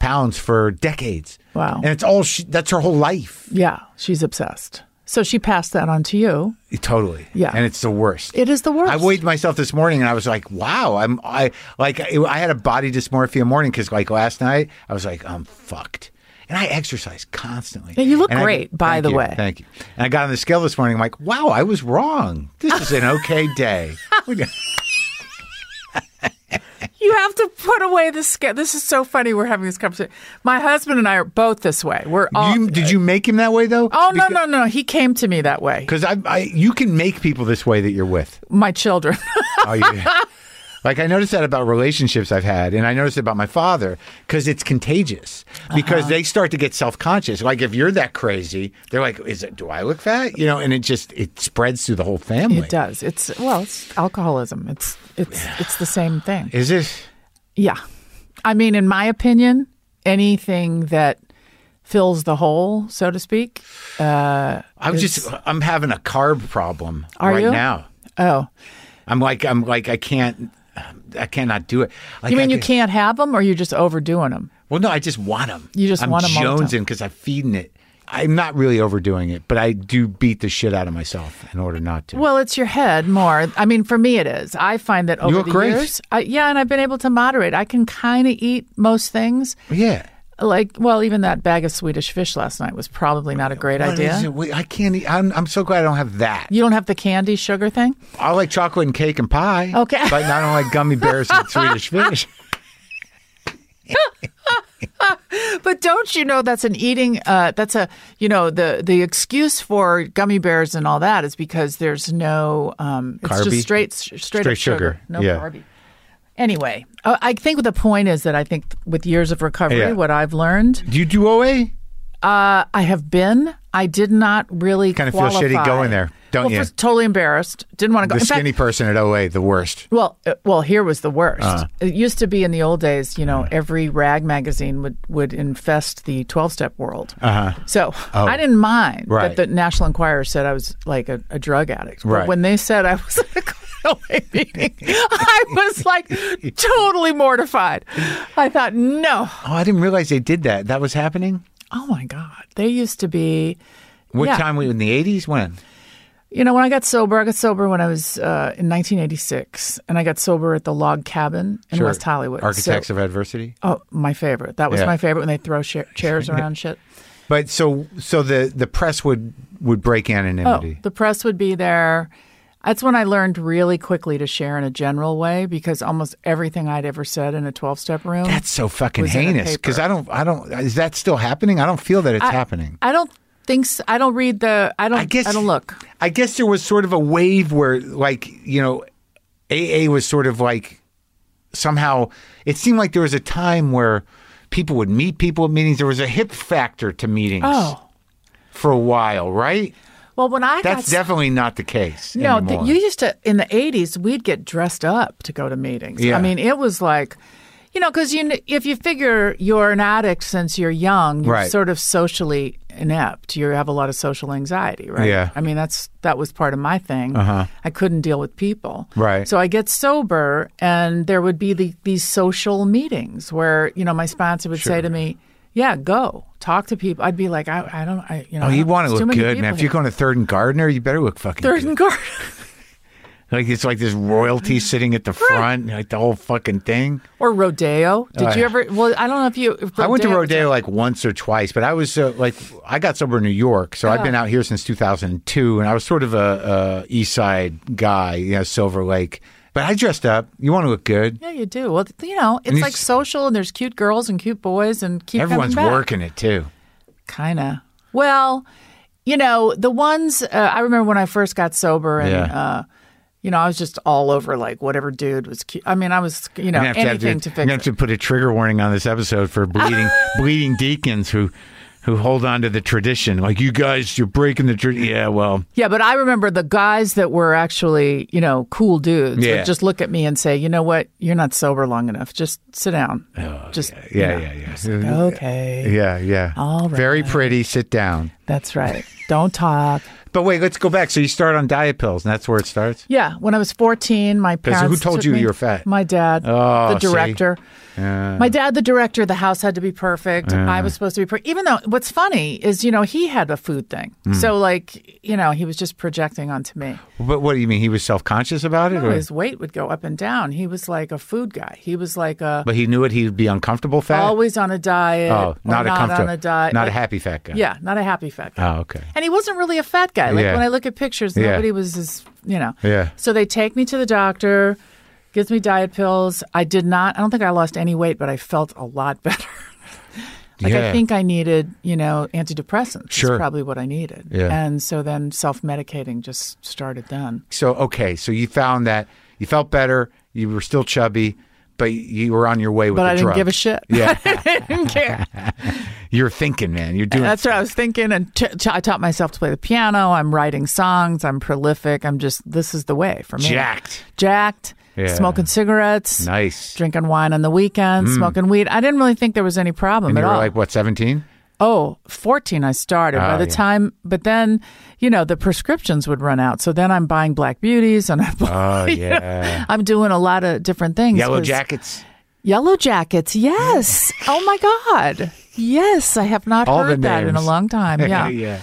pounds for decades. Wow. and it's all she, that's her whole life. Yeah, she's obsessed. So she passed that on to you. Totally. Yeah. and it's the worst. It is the worst. I weighed myself this morning and I was like, wow, I'm I like I I had a body dysmorphia morning because like last night I was like I'm fucked. And I exercise constantly. Yeah, you look And I- great, by thank the you, way. Thank you. And I got on the scale this morning. I'm like, wow, I was wrong. This is an okay day. You have to put away the sca- This is so funny. We're having this conversation. My husband and I are both this way. We're all. you, did you make him that way though? oh no no no! He came to me that way. Because I, I, you can make people this way that you're with. My children. Oh, yeah. like I noticed that about relationships I've had, and I noticed it about my father because it's contagious. Uh-huh. Because they start to get self conscious. Like if you're that crazy, they're like, "Is it? Do I look fat?" You know, and it just it spreads through the whole family. it does. It's well. It's alcoholism. It's it's it's the same thing. Is it? Yeah. I mean, in my opinion, anything that fills the hole, so to speak. I'm just I'm having a carb problem Are right you? now. Oh, I'm like I'm like I can't I cannot do it. Like, you mean I you could- can't have them, or you're just overdoing them? Well, no, I just want them. You just I'm want 'em all the time. jonesing because I'm feeding it. I'm not really overdoing it, but I do beat the shit out of myself in order not to. Well, it's your head more. I mean, for me, it is. I find that over look the great. years, I, yeah, and I've been able to moderate. I can kind of eat most things. yeah. Like, well, even that bag of Swedish fish last night was probably not a great What idea. is it? Wait, I can't eat. I'm, I'm so glad I don't have that. You don't have the candy sugar thing. I like chocolate and cake and pie. Okay. But I don't like gummy bears and Swedish fish. But don't you know that's an eating? Uh, that's a you know the the excuse for gummy bears and all that is because there's no um, it's Carby? just straight straight, straight Straight up sugar, sugar, no yeah. carby. Anyway, uh, I think the point is that I think with years of recovery, Yeah. what I've learned, Do you do OA? uh, I have been. I did not really Kinda feel shitty qualify. going there, don't Well, you? First, totally embarrassed. Didn't want to go. The In fact, skinny person at OA, the worst. well, uh, well, here was the worst. Uh. It used to be in the old days, you Mm. know, every rag magazine would, would infest the 12 step world. Uh-huh. So I didn't mind Oh. Right. that the National Enquirer said I was like a, a drug addict. But Right. when they said I was at a Conway meeting, I was like totally mortified. I thought, no. Oh, I didn't realize they did that. That was happening? Oh my God. They used to be. What Yeah. time were you in the 80s? When? You know, when I got sober, I got sober when I was uh, in 1986, and I got sober at the Log Cabin in Sure. West Hollywood. So- Architects of Adversity. Oh, my favorite. That was Yeah. my favorite when they throw cha- chairs around shit. But so so the, the press would, would break Oh, anonymity. the press would be there. That's when I learned really quickly to share in a general way because almost everything I'd ever said in a 12 step room. That's so fucking Was in a heinous paper. because I don't, I don't, is that still happening? I don't feel that it's happening. I don't think so. I don't read the, I don't, I guess don't look. I guess there was sort of a wave where, like, you know, AA was sort of like somehow. It seemed like there was a time where people would meet people at meetings. There was a hip factor to meetings Oh. for a while, right? Well, when I That's got. definitely not the case No, th- anymore. you used to in the '80s. We'd get dressed up to go to meetings. Yeah. I mean, it was like, you know, because you kn- if you figure you're an addict since you're young, you're Right. sort of socially inept. You have a lot of social anxiety, right? Yeah. Uh-huh. I mean, that's that was part of my thing. I couldn't deal with people. Right. So I get sober, and there would be the, these social meetings where you know my sponsor would say to me. Yeah, go talk to people. I'd be like, I, I don't, I, you know. Oh, I you don't- want to it's too look many good, man. people If you're here." going to Third and Gardner, you better look fucking third good. and garden. Like it's like this royalty sitting at the front, like the whole fucking thing. Or rodeo? Did Oh, you yeah. ever? Well, I don't know if you. if I went to rodeo. rodeo like once or twice, but I was uh, like, I got sober in New York, so Uh-huh. I've been out here since 2002, and I was sort of a, a East Side guy, you know, Silver Lake. But I dressed up. You want to look good? Yeah, you do. Well, you know, it's you like s- social, and there's cute girls and cute boys, and keep Everyone's coming back. working it too. Kind of. Well, you know, the ones uh, I remember when I first got sober, and Yeah. uh, you know, I was just all over like whatever dude was cute. I mean, I was you know I'm gonna have to, anything have to, to, I'm fix gonna have it. to put a trigger warning on this episode for bleeding bleeding deacons who who hold on to the tradition. Like you guys, you're breaking the tradition. Yeah, well, Yeah, but I remember the guys that were actually, you know, cool dudes Yeah. would just look at me and say, "You know what? You're not sober long enough. Just sit down. just Oh, yeah, you know. yeah, yeah, Okay, yeah, yeah. All Very pretty. Sit down. that's right. Don't talk." But wait, let's go back. So you start on diet pills, and that's where it starts. Yeah, when I was 14, my who parents. told took you me- you were fat? My dad, Oh, the see. director. My dad, the director. The house had to be perfect. I was supposed to be perfect. Even though what's funny is, you know, he had a food thing, Hmm. so like, you know, he was just projecting onto me. But what do you mean? He was self conscious about it? No, or- his weight would go up and down. He was like a food guy. He was like a but he knew it. He'd be uncomfortable fat. always on a diet. oh, or not a comfortable, on a diet. not a Like- happy fat guy. Yeah, not a happy fat guy. Oh, okay. And he wasn't really a fat guy. Like Yeah. when I look at pictures, Yeah. nobody was as you know. Yeah. So they take me to the doctor. Gives me diet pills. I did not, I don't think I lost any weight, but I felt a lot better. like Yeah. I think I needed, you know, antidepressants. Sure. Is probably what I needed. Yeah. And so then self medicating just started then. So okay, so you found that you felt better. You were still chubby, but you were on your way with But the I didn't drugs. give a shit. Yeah. I didn't care. You're thinking, man. You're doing. That's what I was thinking. And t- t- I taught myself to play the piano. I'm writing songs. I'm prolific. I'm just, this is the way for me. Jacked. Jacked. Yeah. Smoking cigarettes. nice. Drinking wine on the weekends, smoking weed. I didn't really think there was any problem Mm. and at you were all. like what, 17? oh, 14 I started. Oh, By the yeah. time, but then, you know, the prescriptions would run out. So then I'm buying Black Beauties and I'm, Oh you know, yeah. I'm doing a lot of different things. Yellow 'cause- jackets. Yellow Jackets, yes. oh my God. Yes, I have not All the heard that in a names. long time. Yeah. yeah. Mm.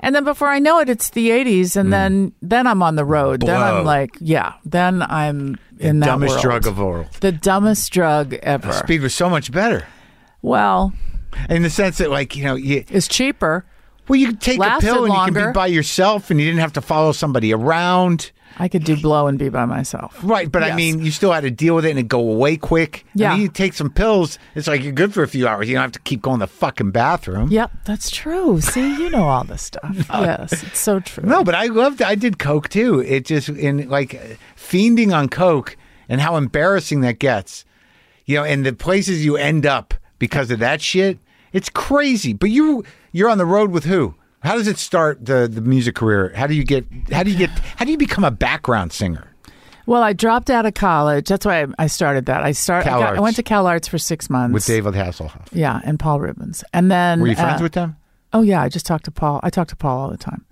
And then before I know it, it's the 80s, and then then I'm on the road. Then Blow. I'm like, yeah, then I'm in that Dumbest world. drug of all. the dumbest drug ever. Speed was so much better well, in the sense that, like, you know, you it's cheaper. well, you could take a Lasted pill and you can longer. be by yourself, and you didn't have to follow somebody around. I could do blow and be by myself. Right, but I Yes. mean, you still had to deal with it and it go away quick. Yeah. I mean, you take some pills, it's like you're good for a few hours. You don't have to keep going to the fucking bathroom. Yep, that's true. See, you know all this stuff. Yes, it's so true. No, but I loved I did coke too. It just in like fiending on coke and how embarrassing that gets. You know, and the places you end up because of that shit, it's crazy. But you you're on the road with who? How does it start the the music career? How do you get how do you get how do you become a background singer? Well, I dropped out of college. That's why I- I started that. I started. I, got- I CalArts. went to Cal Arts for six months With David Hasselhoff. Yeah, and Paul Rubens. And then Were you friends uh, with them? Oh yeah, I just talked to Paul. I talk to Paul all the time.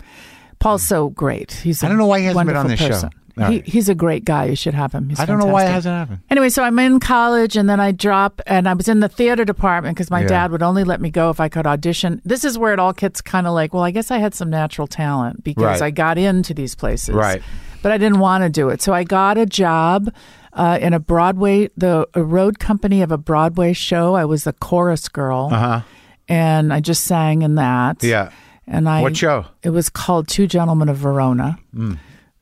Paul's so great. He's I Hmm. don't know why he hasn't been on this show. person. All He, right. he's a great guy. You should have him. He's I don't know why it fantastic. hasn't happened. Anyway, so I'm in college and then I drop and I was in the theater department because my Yeah. dad would only let me go if I could audition. This is where it all gets kind of like, well, I guess I had some natural talent because Right. I got into these places. Right. But I didn't want to do it. So I got a job uh, in a Broadway, the a road company of a Broadway show. I was the chorus girl. Uh-huh. And I just sang in that. Yeah. And I What show? Mm. It was called Two Gentlemen of Verona.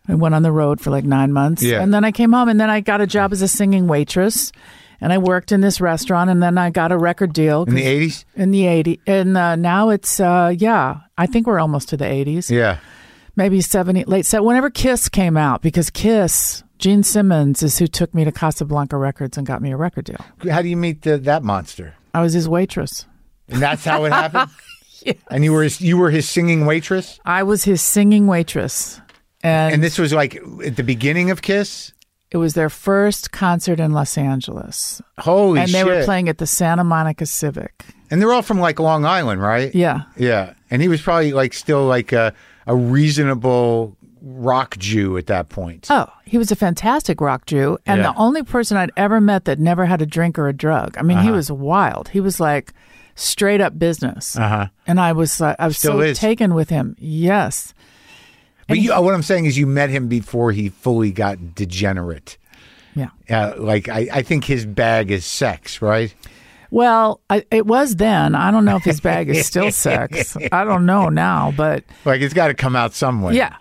I went on the road for like nine months, Yeah. and then I came home, and then I got a job as a singing waitress, and I worked in this restaurant, and then I got a record deal In the eighties? in the eighty, and uh, now it's uh, yeah, I think we're almost to the eighties, Yeah. maybe seventy, late so whenever Kiss came out, because Kiss. Gene Simmons is who took me to Casablanca Records and got me a record deal. How do you meet the, that monster? I was his waitress. And that's how it happened. And you were his, you were his singing waitress, I was his singing waitress. and this was like at the beginning of Kiss. It was their first concert in Los Angeles, Holy and they shit! were playing at the Santa Monica Civic. and they're all from like Long Island, right? Yeah, yeah. And he was probably like still like a, a reasonable rock Jew at that point. Oh, he was a fantastic rock Jew, and Yeah. the only person I'd ever met that never had a drink or a drug. I mean, Uh-huh. he was wild. He was like straight up business, uh-huh. and I was like, I was Still so is. taken with him. Yes, but you, uh, what I'm saying is, you met him before he fully got degenerate. yeah. Uh, like I, I think his bag is sex, right? Well, I, it was then. I don't know if his bag is still sex. I don't know now, but Like it's got to come out somewhere. yeah.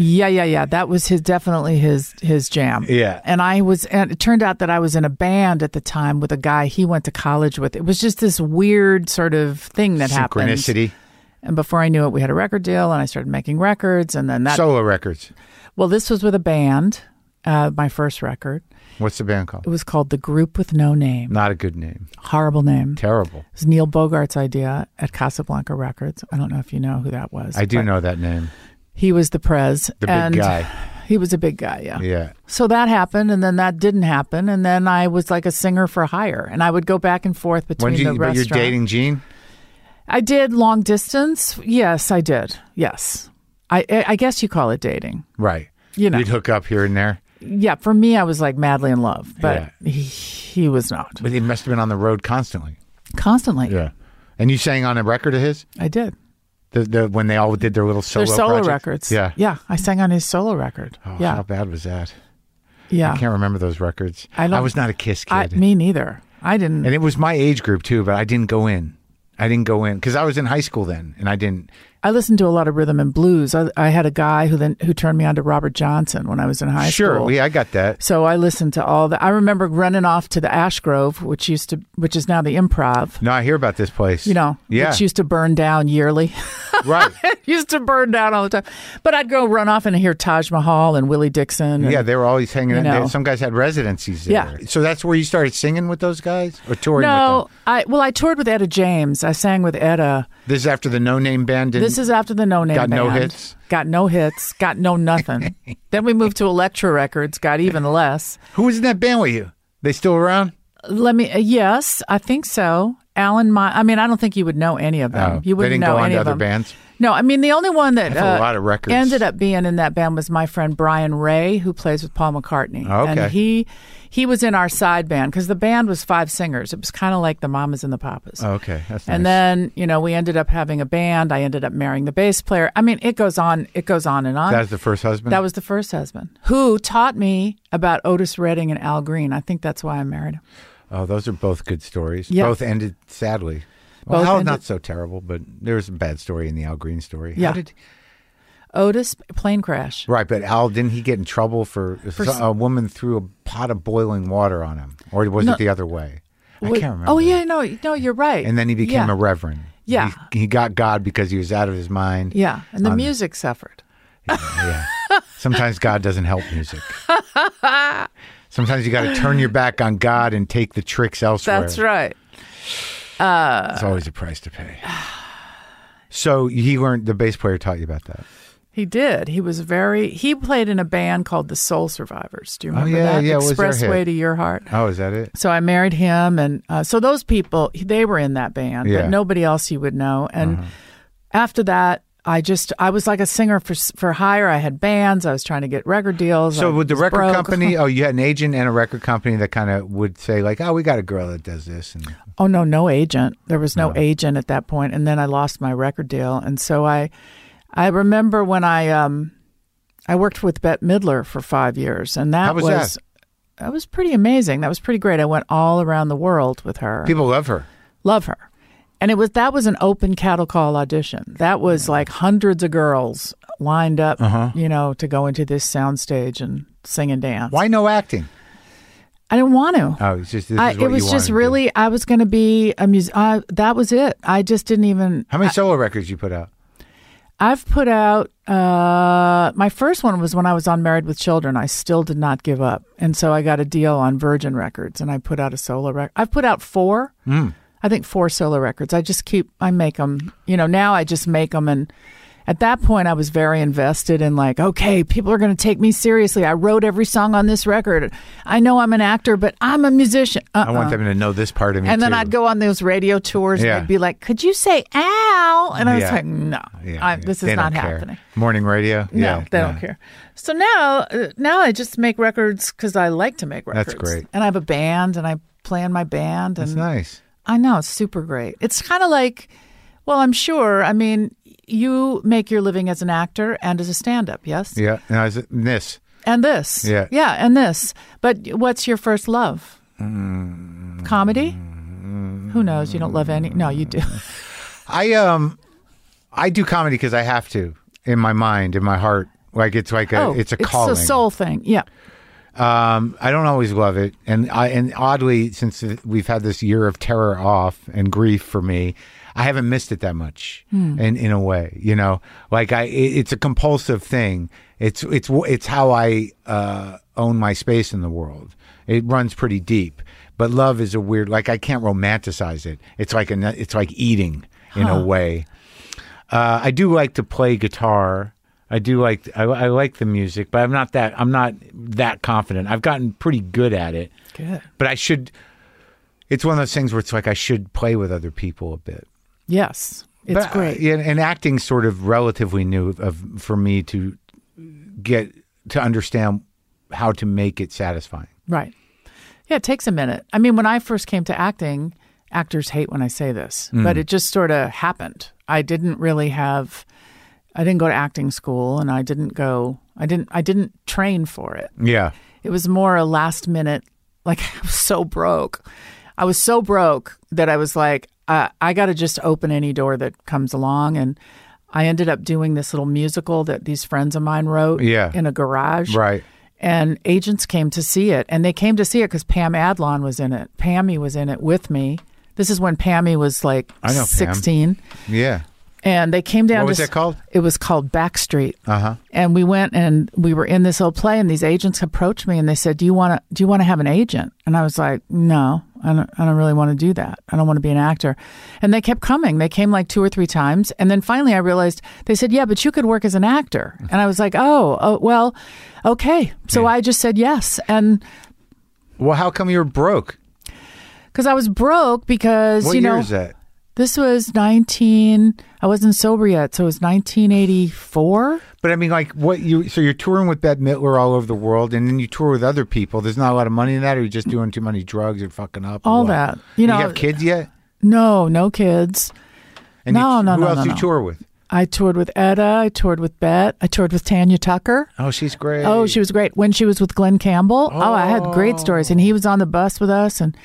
Yeah, yeah, yeah. That was his definitely his his jam. Yeah. And I was and it turned out that I was in a band at the time with a guy he went to college with. It was just this weird sort of thing that happened. synchronicity, And before I knew it, we had a record deal, and I started making records. And then that, solo records. well, this was with a band, uh, my first record. What's the band It called? was called The Group with No Name. Not a good name. Horrible name. It Terrible. was Neil Bogart's idea at Casablanca Records. I don't know if you know who that was. I do but know that name. He was the prez. The big and guy. He was a big guy, yeah. Yeah. So that happened, and then that didn't happen. And then I was like a singer for hire, and I would go back and forth When between did the you, but restaurant. you're dating Gene? I did long distance. Yes, I did. Yes. I, I I guess you call it dating. Right. You know. You'd hook up here and there. Yeah, for me, I was like madly in love, but he, he was not. But he must have been on the road constantly. Constantly, And you sang on a record of his? I did. The, the when they all did their little solo Their solo projects? records. Yeah. yeah, I sang on his solo record. Oh, yeah, How bad was that? yeah. I can't remember those records. I don't- was not a Kiss I- kid. me neither. I didn't. and it was my age group too, but I didn't go in. I didn't go in because I was in high school then, and I didn't. I listened to a lot of rhythm and blues. I, I had a guy who then who turned me on to Robert Johnson when I was in high sure, school. we I got that. So I listened to all the. I remember running off to the Ash Grove, which used to, which is now the Improv. No, I hear about this place. You know, yeah, which used to burn down yearly. right. used to burn down all the time. But I'd go run off and hear Taj Mahal and Willie Dixon. and- Yeah, they were always hanging You out there. know. Some guys had residencies there. Yeah. So that's where you started singing with those guys or touring with No, them. I well, I toured with Etta James. I sang with Etta. This is after the No Name Band. Didn't, This is after the No Name Got no Band. hits? Got no hits. Got no nothing. then we moved to Elektra Records. Got even less. Who was in that band with you? They still around? Let me. Uh, yes, I think so. Alan, my. I mean, I don't think you would know any of them. No, you Oh, they wouldn't didn't know go on any to of other them. bands? No, I mean the only one that That's a uh, lot of records. ended up being in that band was my friend Brian Ray, who plays with Paul McCartney. Oh, okay. And he he was in our side band because the band was five singers. It was kind of like the Mamas and the Papas. Oh, okay. That's nice. And then, you know, we ended up having a band. I ended up marrying the bass player. I mean, it goes on, it goes on and on. that was the first husband? that was the first husband who taught me about Otis Redding and Al Green. I think that's why I married him. oh, those are both good stories. Yeah. Both ended sadly. Well, Both Al, ended- not so terrible, but there was a bad story in the Al Green story. How Yeah. did- Otis plane crash. right, but Al, didn't he get in trouble for, s- a woman threw a pot of boiling water on him? Or was it the other way? I Wait- can't remember. Oh yeah, no, no, you're right. and then he became yeah. a reverend. Yeah. he, he got God because he was out of his mind. Yeah, and the music suffered. Yeah. Sometimes God doesn't help music. Sometimes you got to turn your back on God and take the tricks elsewhere. That's right. It's always a price to pay. So he learned. The bass player taught you about that. He did. He was very. He played in a band called the Soul Survivors. Do you remember Oh, yeah, that? yeah, it was their Expressway hit. to Your Heart. Oh, is that it? So I married him, and uh, so those people they were in that band, Yeah. Uh-huh. but nobody else you would know. And after that, I just I was like a singer for for hire. I had bands. I was trying to get record deals. So I with the was record broke. company, oh, you had an agent and a record company that kind of would say like, "Oh, we got a girl that does this," and Oh no, no agent. There was no, agent at that point, and then I lost my record deal, and so I, I remember when I um, I worked with Bette Midler for five years, and that How was that? that was pretty amazing. That was pretty great. I went all around the world with her. people love her. Love her, and it was that was an open cattle call audition. That was like hundreds of girls lined up, Uh-huh. you know, to go into this soundstage and sing and dance. Why no acting? I didn't want to. Oh, it's just this is I, what it was you wanted just to do. really I was going to be a music. I, that was it. I just didn't even. How many solo records you put out? I've put out uh, my first one was when I was on Married with Children. I still did not give up, and so I got a deal on Virgin Records, and I put out a solo record. I've put out four. Hmm. I think four solo records. I just keep. I make them. You know, now I just make them and. At that point, I was very invested in, like, okay, people are going to take me seriously. I wrote every song on this record. I know I'm an actor, but I'm a musician. uh I want them to know this part of me. and then too. I'd go on those radio tours Yeah. and they'd be like, Could you say ow? And I was Yeah. like, No, Yeah, I, yeah. this is They not don't care. happening. Morning radio. no, yeah, they yeah. don't care. So now, uh, now I just make records because I like to make records. That's great. And I have a band and I play in my band. And It's nice. I know, it's super great. It's kind of like, well, I'm sure, I mean, you make your living as an actor and as a stand up, yes? Yeah, and I was this. And this. Yeah. Yeah, and this. But what's your first love? Mm. Comedy? Who knows? You don't love any. No, you do. I um, I do comedy because I have to in my mind, in my heart. Like it's like a, it's a calling. Oh, It's a soul thing. Yeah. Um, I don't always love it, and I and oddly, since we've had this year of terror off and grief for me, I haven't missed it that much. In in a way, you know, like I, it, it's a compulsive thing. It's it's wh- it's how I uh, own my space in the world. It runs pretty deep, but love is a weird. Like I can't romanticize it. It's like a it's like eating in a way. Uh, I do like to play guitar. I do like I, I like the music, but I'm not that I'm not that confident. I've gotten pretty good at it, Good. but I should. It's one of those things where it's like I should play with other people a bit. Yes. It's But, uh, great. yeah, and acting sort of relatively new of, for me to get to understand how to make it satisfying. Right. Yeah, it takes a minute. I mean, when I first came to acting, actors hate when I say this, Mm. but it just sort of happened. I didn't really have I didn't go to acting school and I didn't go I didn't I didn't train for it. Yeah, It was more a last minute, like I was so broke. I was so broke that I was like, I, I got to just open any door that comes along. And I ended up doing this little musical that these friends of mine wrote Yeah. in a garage. Right. And agents came to see it, and they came to see it because Pam Adlon was in it. Pammy was in it with me. This is when Pammy was like I know Pam. 16. Yeah. And they came down What to was s- that called? It was called Backstreet. Uh huh. And we went and we were in this old play, and these agents approached me and they said, "Do you want to? Do you want to have an agent?" And I was like, "No, I don't. I don't really want to do that. I don't want to be an actor." And they kept coming. They came like two or three times, and then finally I realized they said, "Yeah, but you could work as an actor." And I was like, "Oh, oh well, okay." So I just said yes, and Well, how come you were broke? because I was broke because What you year know is that? this was nineteen. I wasn't sober yet, so it was nineteen eighty four. But I mean, like, what you? So you're touring with Bette Midler all over the world, and then you tour with other people. There's not a lot of money in that, or you're just doing too many drugs or fucking up. or All what? that. You know- you have kids yet? No, no kids. And No, you, no, Who no, else no, do you no. tour with? I toured with Etta. I toured with Bet. I toured with Tanya Tucker. Oh, she's great. Oh, she was great when she was with Glenn Campbell. Oh, I had great stories, Oh. and he was on the bus with us, and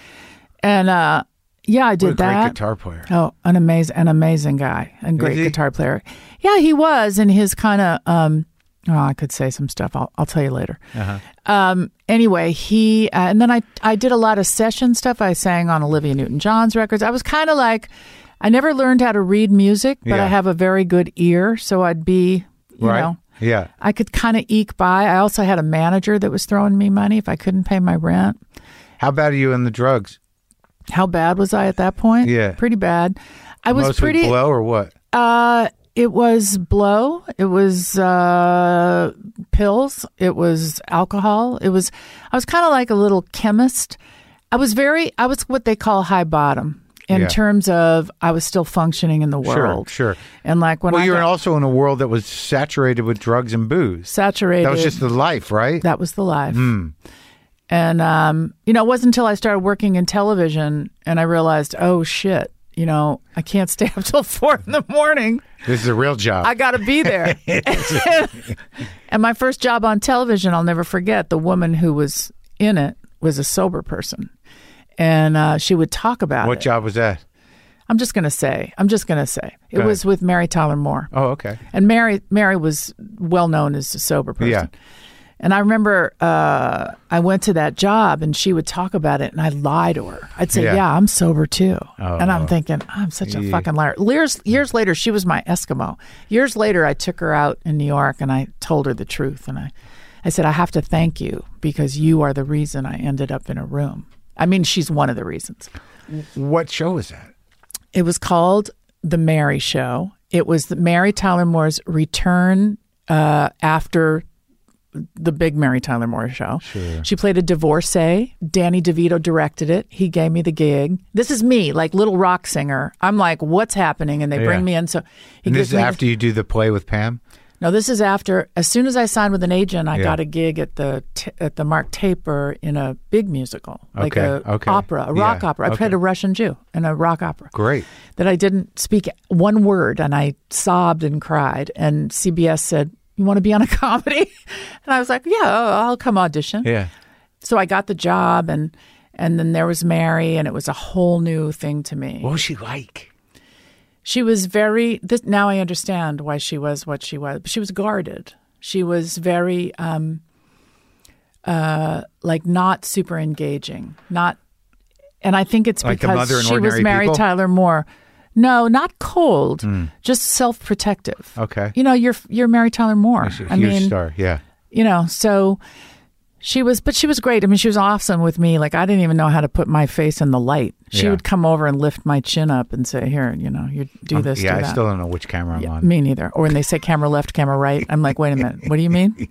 and uh, yeah, I did what a great that. guitar player. Oh, an amazing, an amazing guy, and great Is he? guitar player. Yeah, he was, and his kind of um, oh, I could say some stuff. I'll I'll tell you later. Uh-huh. Um, anyway, he uh, and then I I did a lot of session stuff. I sang on Olivia Newton John's records. I was kind of like I never learned how to read music, but Yeah. I have a very good ear, so I'd be you right? know. Yeah. I could kind of eke by. I also had a manager that was throwing me money if I couldn't pay my rent. How bad are you in the drugs? How bad was I at that point? Yeah. pretty bad. I was Mostly pretty. blow or what? Uh, it was blow. It was uh, pills. It was alcohol. It was. I was kind of like a little chemist. I was very. I was what they call high bottom in Yeah. terms of I was still functioning in the world. Sure, sure. And like when well, I you're got also in a world that was saturated with drugs and booze. saturated, That was just Hmm. the life, right? that was the life. And um, you know, it wasn't until I started working in television and I realized, oh shit, you know, I can't stay up till four in the morning. this is a real job. I got to be there. and my first job on television, I'll never forget, the woman who was in it was a sober person. And uh, she would talk about what it. job was that? I'm just going to say, I'm just going to say, it ahead. was with Mary Tyler Moore. Oh, okay. And Mary, Mary was well known as a sober person. Yeah. And I remember uh, I went to that job and she would talk about it and I lie to her. I'd say, Yeah. Oh. Yeah, I'm sober too. and I'm thinking, I'm such a fucking liar. Years, years later, she was my Eskimo. Years later, I took her out in New York and I told her the truth. And I, I said, I have to thank you because you are the reason I ended up in a room. I mean, she's one of the reasons. What show was that? It was called The Mary Show. It was the Mary Tyler Moore's return uh, after the big Mary Tyler Moore show. She played a divorcee. Danny DeVito directed it. He gave me the gig. This is me, like little rock singer. I'm like, what's happening? And they Yeah. bring me in. So he And this gives is me the- after you do the play with Pam? no, this is after. As soon as I signed with an agent, I Yeah. got a gig at the t- at the Mark Taper in a big musical, like Okay, a okay. opera, a rock Yeah, opera. I okay. played a Russian Jew in a rock opera Great. that I didn't speak one word and I sobbed and cried. And CBS said, You want to be on a comedy? And I was like, Yeah, oh, I'll come audition. Yeah. So I got the job and and then there was Mary and it was a whole new thing to me. What was she like? She was very this now I understand why she was what she was. She was guarded. She was very um uh like not super engaging. Not and I think it's Like the because mother in she was Ordinary Mary People? Hmm. Tyler Moore. No, not cold, just self-protective. Okay. You know, you're you're Mary Tyler Moore. She's a I huge mean, star. Yeah. you know, so she was, but she was great. I mean, she was awesome with me. Like, I didn't even know how to put my face in the light. She Yeah. would come over and lift my chin up and say, Here, you know, you do this, Um, yeah, do I that. still don't know which camera I'm on. me neither. Or when they say camera left, camera right, I'm like, Wait a minute, what do you mean?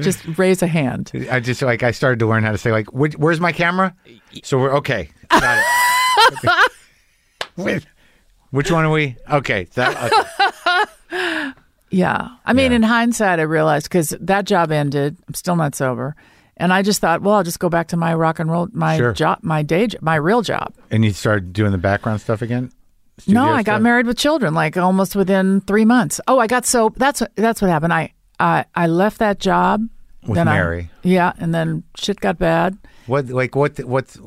Just raise a hand. I just like I started to learn how to say like, "Wh- "Where's my camera?" So we're okay. Got it. Okay. Wait, which one are we? Okay, that okay. Yeah. I mean, Yeah. in hindsight, I realized because that job ended. I'm still not sober. And I just thought, well, I'll just go back to my rock and roll, my Sure. job, my day, jo- my real job. And you started doing the background stuff again. Studio no, I got stuff? married with children, like almost within three months. Oh, I got so that's that's what happened. I I, I left that job With then I- Mary. yeah, and then shit got bad. What like what what's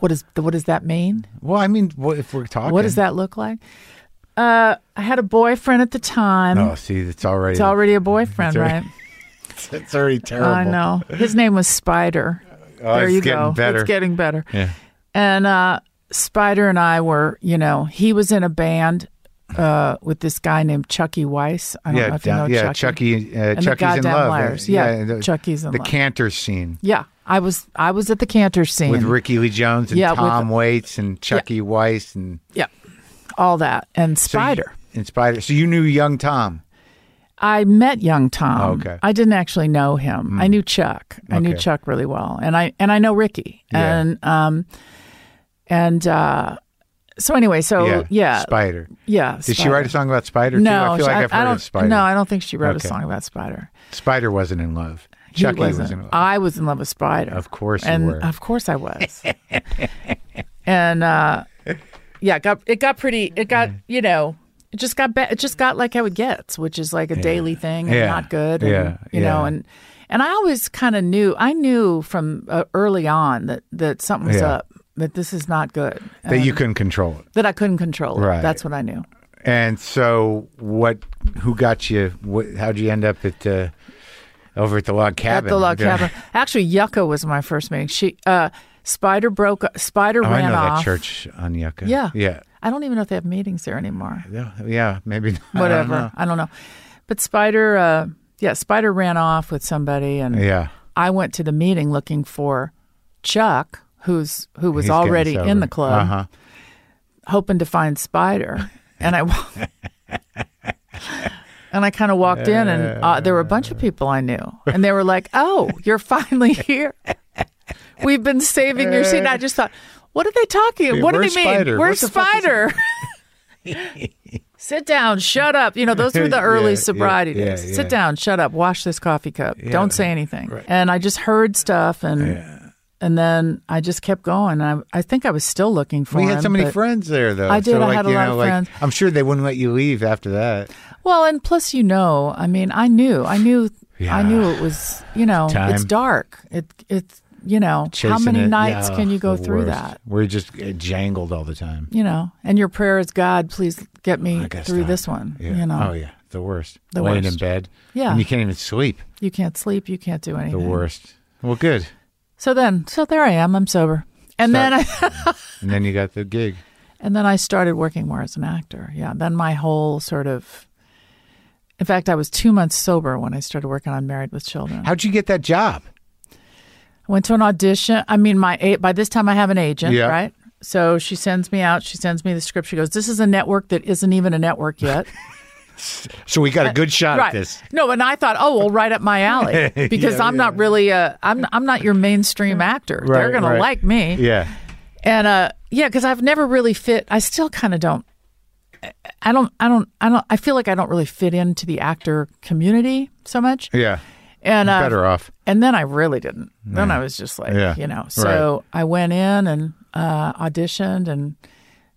What is what does that mean? well? I mean, what if we're talking? What does that look like? Uh, I had a boyfriend at the time. Oh, see, it's already It's already a boyfriend, It's right? already- it's already terrible. I know. His name was Spider. Oh, there it's you getting go. better. It's getting better. Yeah. And uh, Spider and I were, you know, he was in a band uh, with this guy named Chucky Weiss. I don't Yeah, know if you know down- yeah, Chucky. Chucky, uh, and the Chucky's in goddamn love. liars. Yeah, the, Chucky's in the love. canter scene yeah, I was I was at the canter scene with Ricky Lee Jones and Yeah, with- Tom Waits and Chucky Weiss and Yeah, all that and so you- Spider. and Spider. So you knew young Tom. I met young Tom. Oh, okay. Hmm. I didn't actually know him. I knew Chuck. I knew Okay. Chuck really well, and I and I know Ricky. Yeah. And um, and uh, so anyway, so yeah, Oh, yeah. Spider. Did she write a song about Spider? too? No, I feel she- like I've I heard don't. of Spider. No, I don't think she wrote Okay. a song about Spider. Spider wasn't in love. He Chucky wasn't. E was in love. I was in love with Spider. Of course you and were. of course I was. and uh, yeah, it got it got pretty. It got Mm. you know. It just got be- it just got like how it gets, which is like a daily thing and Yeah. not good. And, Yeah. you know, Yeah. and and I always kind of knew. I knew from uh, early on that that something was Yeah. up. That this is not good. that and you couldn't control it. that I couldn't control. it. Right. That's what I knew. And so, what? Who got you? What, how'd you end up at uh, over at the log cabin? At the log Yeah. cabin. Actually, Yucca was my first meeting. She uh, Spider broke. Spider Oh, I ran know off. that church on Yucca. Yeah. yeah, I don't even know if they have meetings there anymore. yeah, yeah. Maybe not. I don't Whatever. I know. don't know. But Spider, uh, yeah, Spider ran off with somebody, and Yeah, I went to the meeting looking for Chuck, who's who was He's getting already in sober. the club, Uh-huh. hoping to find Spider, and I. wa- And I kind of walked in, and uh, there were a bunch of people I knew, and they were like, "Oh, you're finally here! We've been saving your seat." And I just thought, "What are they talking? Yeah, What do where's they mean? Spider? Where's What the fuck is- Spider?" Sit down, shut up. You know, those were the early Yeah, sobriety yeah, days. yeah. Sit down, shut up, wash this coffee cup. Don't say anything. right. And I just heard stuff and Yeah. and then I just kept going. I I think I was still looking for We him. had so many but- friends there, though. I did. So, I like, had a you lot know, of like, friends. I'm sure they wouldn't let you leave after that. Well, and plus you know, I mean, I knew. I knew I Yeah. knew it was, you know, Time. it's dark. It it's you know, how Chasing many it. nights Yeah, can you go the through worst. that? We're just uh, jangled all the time. You know, and your prayer is God, please get me I through gotta stop. this one. Yeah. You know, Oh yeah, the worst. The Laying in worst. bed. Yeah. And you can't even sleep. you can't sleep, you can't do The anything. worst. Well, good. So then, so there I am. I'm sober, and then I. And then you got the gig. And then I started working more as an actor. Yeah. Then my whole sort of, in fact, I was two months sober when I started working on Married with Children. I How'd you get that job? went to an audition. I mean, my a- by this time I have an agent, Yeah. right? So she sends me out. She sends me the script. She goes, "This is a network that isn't even a network yet." So we got a good shot Uh, right? at this. No, and I thought, "Oh, well, right up my alley," because I'm not really a I'm I'm not your mainstream actor. They're Right, gonna right. like me. Yeah. and uh yeah because i've never really fit i still kind of don't i don't i don't i don't i feel like i don't really fit into the actor community so much Yeah. and uh, Better off. and then i really didn't then i was just like Yeah. you know so i went in and uh auditioned and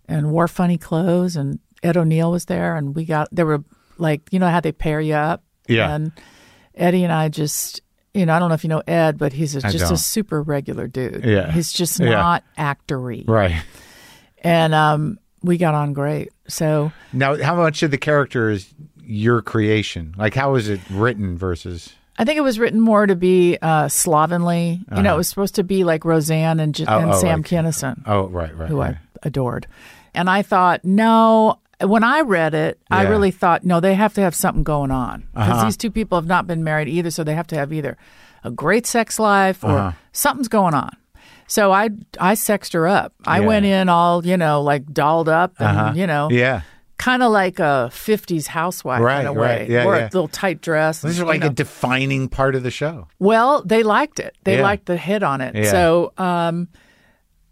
and wore funny clothes and ed o'neill was there and we got there were like you know how they pair you up Yeah. and eddie and i just you know i don't know if you know ed but he's a, just a don't. super regular dude Yeah. he's just Yeah. not actory Right. and um, we got on great. So Now, how much of the character is your creation? Like, how is it written versus? I think it was written more to be uh, slovenly. You know, it was supposed to be like Roseanne and, J- Uh-huh. Oh, and oh, Sam like- Kinison, Oh, right, right. who right. I adored. And I thought, no. When I read it, I Yeah. Uh-huh. really thought, no, they have to have something going on because these two people have not been married either, so they have to have either a great sex life or Uh-huh. something's going on. So I I sexed her up. I Yeah. Uh-huh. went in all you know like dolled up and you know Yeah. kind of like a 50s housewife in Right, a way right. Yeah, or a yeah. little tight dress This is you like know. a defining part of the show. well they liked it they Yeah. liked the hit on it Yeah. so um,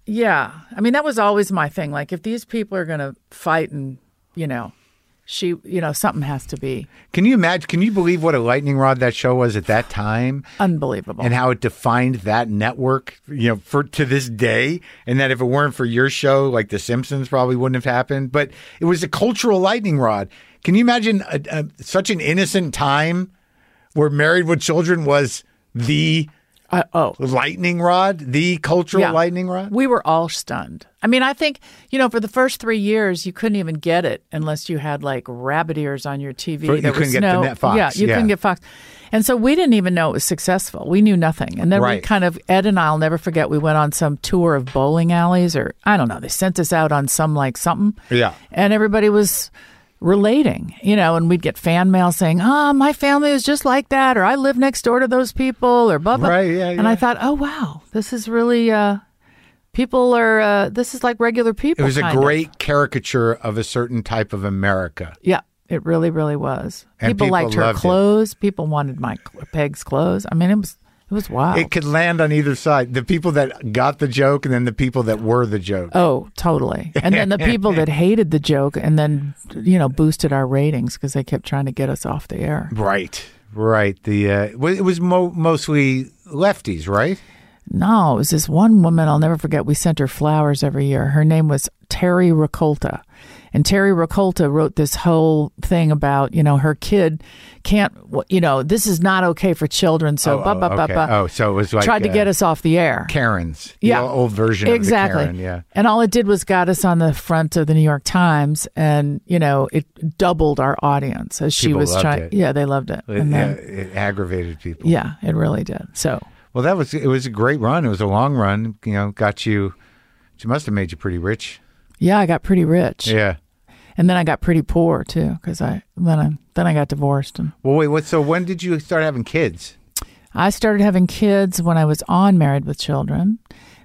yeah i mean that was always my thing like if these people are going to fight and you know she you know something has to be Can you imagine? Can you believe what a lightning rod that show was at that time? unbelievable and how it defined that network, you know, for to this day. And that if it weren't for your show, like The Simpsons probably wouldn't have happened. But it was a cultural lightning rod. Can you imagine a, a, such an innocent time where Married with Children was the Uh, oh, Lightning rod, the cultural Yeah. lightning rod. we were all stunned. I mean, I think, you know, for the first three years, you couldn't even get it unless you had like rabbit ears on your TV. For- you There was couldn't get the no- Net Fox, Yeah, you yeah. couldn't get Fox. And so we didn't even know it was successful. We knew nothing. And then we Right. kind of, Ed and I'll never forget, we went on some tour of bowling alleys or I don't know, they sent us out on some like something. Yeah. And everybody was relating, you know, and we'd get fan mail saying, oh, my family was just like that, or I live next door to those people, or blah, blah. Right, yeah, and I yeah. thought, oh, wow, this is really, uh, people are, uh, this is like regular It people. was a kind of. great caricature of a certain type of America. Yeah, it really, really was. And people liked her loved it. clothes. People wanted my cl- Peg's clothes. I mean, it was, it was wild. It could land on either side. The people that got the joke and then the people that were the joke. Oh, totally. And then the people that hated the joke and then, you know, boosted our ratings because they kept trying to get us off the air. Right. Right. The uh, wa- it was mo- mostly lefties, right? No, it was this one woman I'll never forget. We sent her flowers every year. Her name was Terry Ricolta. And Terry Ricolta wrote this whole thing about, you know, her kid can't, you know, this is not okay for children. So, ba, ba, ba, okay. ba. oh, so it was like tried to uh, get us off the air. Karens. the Yeah. old- old version exactly. of the Karen. And all it did was got us on the front of the New York Times, and you know it doubled our audience as she People was loved trying. it. Yeah, they loved it. Yeah. It, and then, yeah, it aggravated people. yeah. it really did. So Well, that was it was a great run. It was a long run. You know, got you. She must have made you pretty rich. yeah, I got pretty rich, Yeah. and then I got pretty poor too because I then I then I got divorced, and Well, wait. What? So when did you start having kids? I started having kids when I was on Married with Children.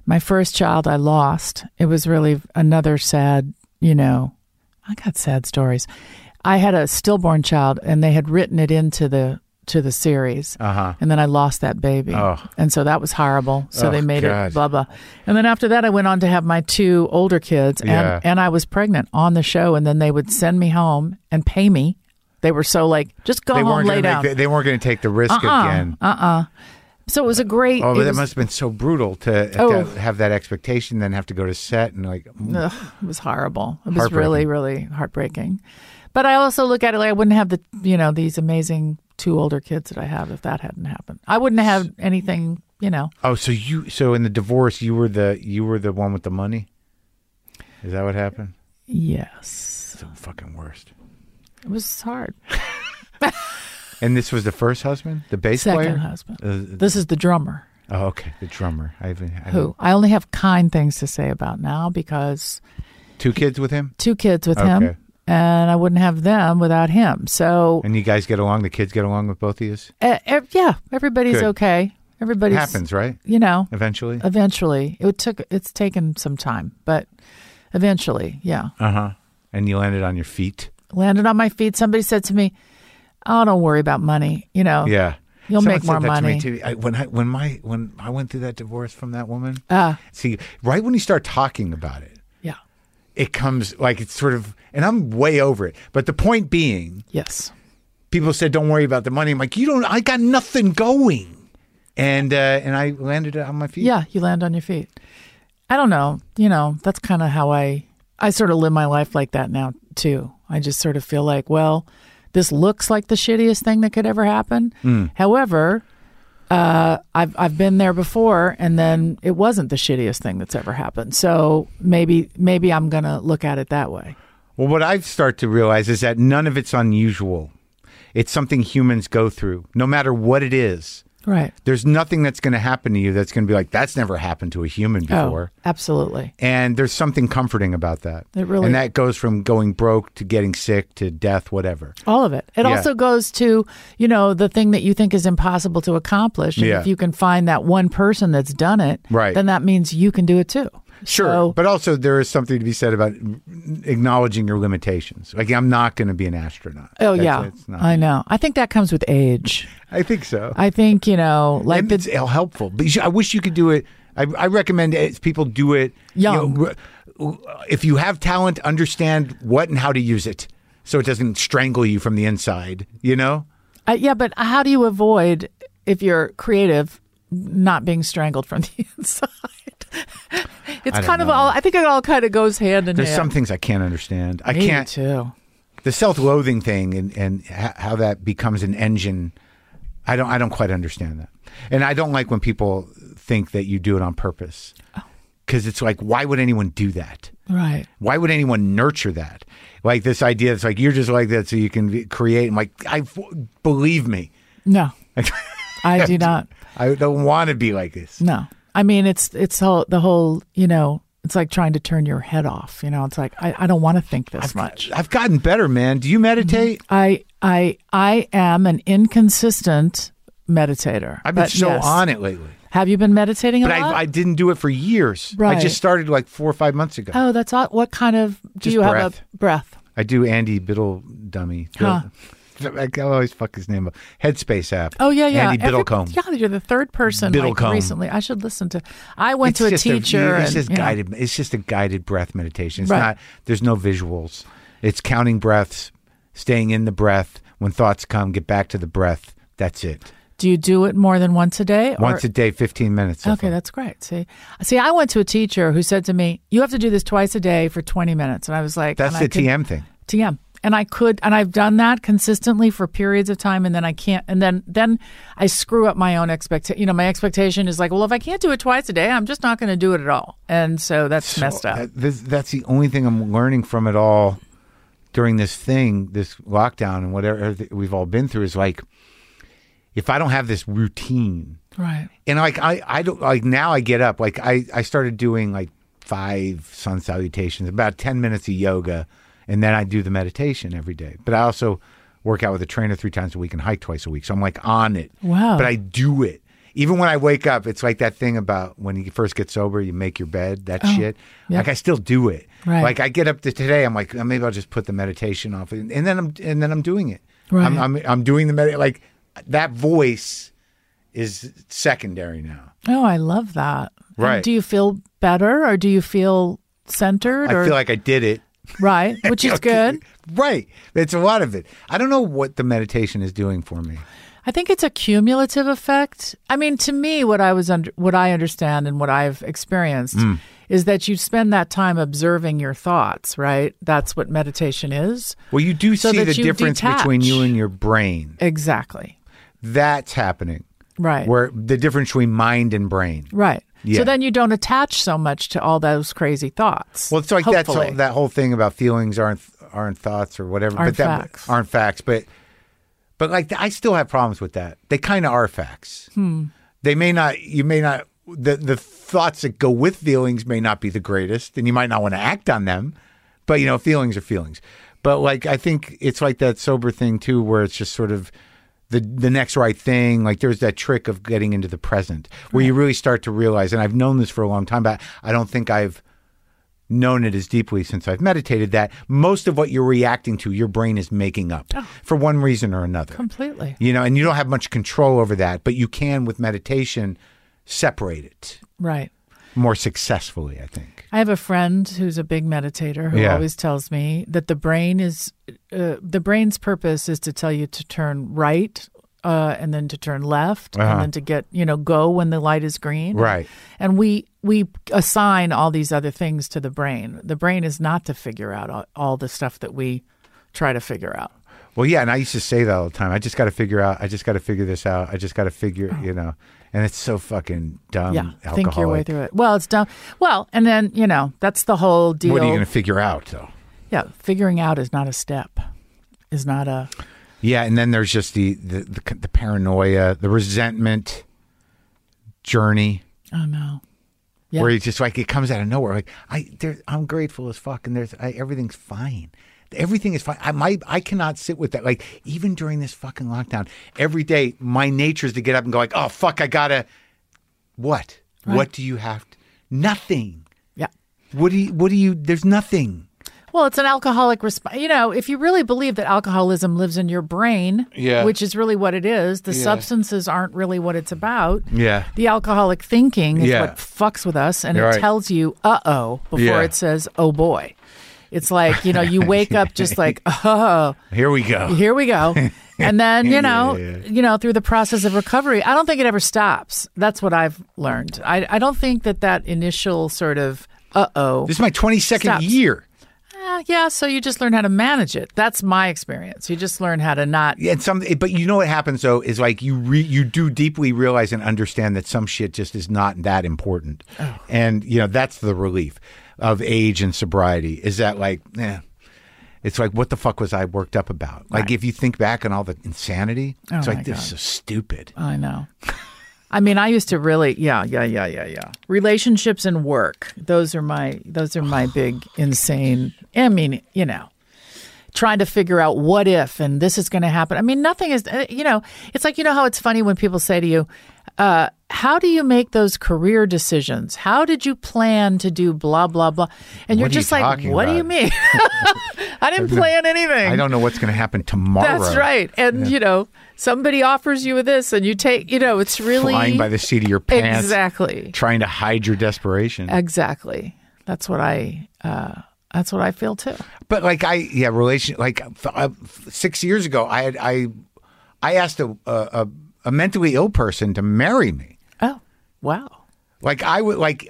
My first child I lost. It was really another sad, you know, I got sad stories. I had a stillborn child and they had written it into the to the series. Uh-huh. And then I lost that baby. Oh. And so that was horrible. So Oh, they made God. it blah blah. And then after that I went on to have my two older kids and Yeah. and I was pregnant on the show and then they would send me home and pay me. They were so like just go They home weren't lay going to down. Uh-uh, make. The, they weren't going to take the risk again. so it was a great Oh, Uh, it but that was- must have been so brutal to, Oh. to have that expectation, then have to go to set and like. Ugh, it was horrible. It was Heartbreaking. really, really heartbreaking. But I also look at it like I wouldn't have the you know these amazing two older kids that I have if that hadn't happened. I wouldn't have anything. You know, Oh, so you so in the divorce you were the you were the one with the money. Is that what happened? yes, It's the fucking worst. it was hard. And this was the first husband, the bass Second player. husband. Uh, This is the drummer oh, okay, the drummer. I even I who I only have kind things to say about now because two kids with him, two kids with Okay. him, and I wouldn't have them without him. So and you guys get along. The kids get along with both of you. uh, ev- yeah, everybody's Good. okay. It Everybody's happens, right? You know, Eventually. Eventually, it took. It's taken some time, but eventually, yeah. Uh huh. And you landed on your feet. Landed on my feet. Somebody said to me, "Oh, don't worry about money. You know, Yeah. You'll Someone make said more that to me, money. too. I, when I when my when I went through that divorce from that woman, Ah. see, right when you start talking about it, yeah, it comes like it's sort of, and I'm way over it. But the point being, yes, people said, "Don't worry about the money." I'm like, "You don't. I got nothing going," and uh, and I landed on my feet. yeah." You land on your feet. I don't know. You know, that's kind of how I I sort of live my life like that now too. I just sort of feel like, well, this looks like the shittiest thing that could ever happen. Hmm. However. Uh, I've I've been there before, and then it wasn't the shittiest thing that's ever happened. So maybe maybe I'm gonna look at it that way. Well, what I've started to realize is that none of it's unusual. It's something humans go through, no matter what it is. Right. There's nothing that's going to happen to you that's going to be like that's never happened to a human before. Oh, absolutely. And there's something comforting about that. It really- and that goes from going broke to getting sick to death, whatever. All of it. It Yeah. also goes to, you know, the thing that you think is impossible to accomplish. And Yeah. if you can find that one person that's done it, Right. then that means you can do it too. Sure, So- but also there is something to be said about acknowledging your limitations. Like I'm not going to be an astronaut. oh, That's- yeah. it's not- I know. I think that comes with age. I think so. I think, you know, like and the, it's helpful. But you should- I wish you could do it. I, I recommend it, people do it you Young. know, re- if you have talent, understand what and how to use it, so it doesn't strangle you from the inside. You know, I, yeah, but how do you avoid, if you're creative, not being strangled from the inside? it's don't kind of know. all, I think it all kind of goes hand in there's hand. some things I can't understand. I Me can't too. the self-loathing thing and and h- how that becomes an engine I don't I don't quite understand that. And I don't like when people think that you do it on purpose. Oh. Cuz it's like why would anyone do that? Right. Why would anyone nurture that? Like this idea that's like you're just like that so you can create and like I believe me. No. I do not. I don't want to be like this. No. I mean, it's it's all the whole, you know, it's like trying to turn your head off. You know, it's like I, I don't want to think this much. I've gotten better, man. Do you meditate? I I I am an inconsistent meditator. I've been but so yes. on it lately. Have you been meditating a But lot? I, I didn't do it for years. I Right. just started like four or five months ago. oh, that's all. What kind of do Just you have breath. a breath? I do Andy Biddle Dummy. Huh. I can always fuck his name up. Headspace app. Oh yeah, yeah. Andy Every- Biddlecombe. yeah, you're the third person like, Biddlecombe. recently. I should listen to. I went It's to a just teacher. it's and, just you know, guided. It's just a guided breath meditation. It's Right. not. There's no visuals. It's counting breaths, staying in the breath. When thoughts come, get back to the breath. That's it. Do you do it more than once a day? or- Once a day, fifteen minutes. so Okay, far. that's great. See, see, I went to a teacher who said to me, "You have to do this twice a day for 20 minutes," and I was like, that's and I the could- TM thing. TM. And I could, and I've done that consistently for periods of time, and then I can't, and then then I screw up my own expectation. You know, my expectation is like, well, if I can't do it twice a day, I'm just not going to do it at all, and so that's messed up. That- this- that's the only thing I'm learning from it all during this thing, this lockdown, and whatever that we've all been through is like, if I don't have this routine, right. and like I, I don't like now I get up like I, I started doing like five sun salutations, about ten minutes of yoga, and then I do the meditation every day. But I also work out with a trainer three times a week and hike twice a week, so I'm like on it. Wow. But I do it. Even when I wake up, it's like that thing about when you first get sober, you make your bed, that shit. Oh. yeah. Like I still do it. Right. Like I get up to today, I'm like, "Oh, maybe I'll just put the meditation off, and, and then I'm and then I'm doing it. Right. I'm, I'm I'm doing the med like that voice is secondary now. Oh, I love that. And Right. do you feel better, or do you feel centered, or I feel like I did it. right, which is Okay. good. Right. It's a lot of it. I don't know what the meditation is doing for me. I think it's a cumulative effect. I mean, to me, what I was under, what I understand and what I've experienced Hmm. is that you spend that time observing your thoughts. Right? That's what meditation is. Well, you do So see that the you difference between detach. you and your brain. Exactly. That's happening. Right. Where the difference between mind and brain. right. Yeah. So then you don't attach so much to all those crazy thoughts. Well, it's like that's hopefully. all, that whole thing about feelings aren't aren't thoughts or whatever, but Aren't that facts. aren't facts. But but like I still have problems with that. They kind of are facts. They may not. You may not. The the thoughts that go with feelings may not be the greatest, and you might not want to act on them. But you know, feelings are feelings. But like I think it's like that sober thing too, where it's just sort of. The, the next right thing, like there's that trick of getting into the present where you really start to realize, and I've known this for a long time, but I don't think I've known it as deeply since I've meditated that most of what you're reacting to, your brain is making up for one reason or another. completely. You know, and you don't have much control over that, but you can with meditation separate it Right. more successfully, I think. I have a friend who's a big meditator who Yeah. always tells me that the brain is uh, the brain's purpose is to tell you to turn right uh, and then to turn left Uh-huh. and then to get you know go when the light is green Right. and we we assign all these other things to the brain the brain is not to figure out all, all the stuff that we try to figure out Well, yeah, and I used to say that all the time. I just got to figure out. I just got to figure this out. I just got to figure, you know. And it's so fucking dumb. Oh. yeah alcoholic. think your way through it well it's dumb well and then you know that's the whole deal What are you going to figure out, though? yeah figuring out is not a step is not a Yeah, and then there's just the the, the, the paranoia, the resentment journey. oh no Yeah. where it's just like it comes out of nowhere. Like I, there, I'm grateful as fuck, and there's I, everything's fine. Everything is fine. I my I cannot sit with that. Like even during this fucking lockdown, every day my nature is to get up and go like, oh fuck, I gotta. What? What do you have? To, nothing. yeah What do you? What do you? There's nothing. Well, it's an alcoholic response. You know, if you really believe that alcoholism lives in your brain, Yeah. which is really what it is, the substances aren't really what it's about. Yeah. The alcoholic thinking is Yeah. what fucks with us and You're it right. tells you, uh oh, before Yeah. it says, oh boy. It's like, you know, you wake up just like, oh, Here we go. here we go. And then, you know, Yeah. you know, through the process of recovery, I don't think it ever stops. That's what I've learned. I, I don't think that that initial sort of, uh oh, This is my 22nd Stops. year. I Yeah, yeah. So you just learn how to manage it. That's my experience. You just learn how to not. Yeah, and some, but you know what happens though is like you re, you do deeply realize and understand that some shit just is not that important, Oh. and you know that's the relief of age and sobriety is that like, eh, it's like what the fuck was I worked up about? Like if you think back on all the insanity, it's Oh, like my this is so stupid. I know. I mean, I used to really, yeah, yeah, yeah, yeah, yeah. Relationships and work; those are my, those are my big insane. I mean, you know, trying to figure out what if and this is going to happen. I mean, nothing is, uh, you know, it's like you know how it's funny when people say to you, uh, "How do you make those career decisions? How did you plan to do blah blah blah?" And you're What are you just like, talking "What do you about?" mean? I didn't plan anything. I don't know what's going to happen tomorrow. That's right. And you know, somebody offers you this and you take, you know, it's really Flying by the seat of your pants, Exactly. trying to hide your desperation. Exactly. That's what I uh that's what I feel too. But like I yeah relation like f- uh, f- six years ago I had I I asked a, a a- a mentally ill person to marry me. Oh, wow. Like I would like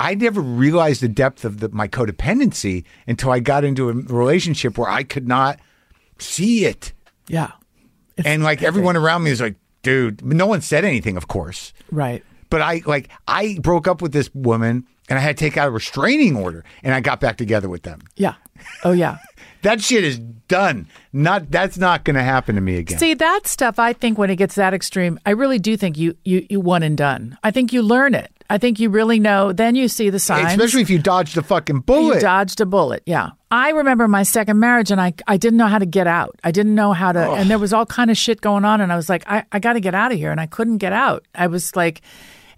I never realized the depth of the, my codependency until I got into a relationship where I could not see it, Yeah. It's and like everyone around me was like, dude, no one said anything, of course. right. But I like I broke up with this woman and I had to take out a restraining order and I got back together with them. Yeah. Oh yeah. That shit is done. Not that's not going to happen to me again. See that stuff I think when it gets that extreme, I really do think you you you one and done. I think you learn it. I think you really know then you see the signs. Especially if you dodge the fucking bullet. You dodged a bullet. Yeah. I remember my second marriage and I, I didn't know how to get out. I didn't know how to, and there was all kind of shit going on. And I was like, I, I got to get out of here. And I couldn't get out. I was like,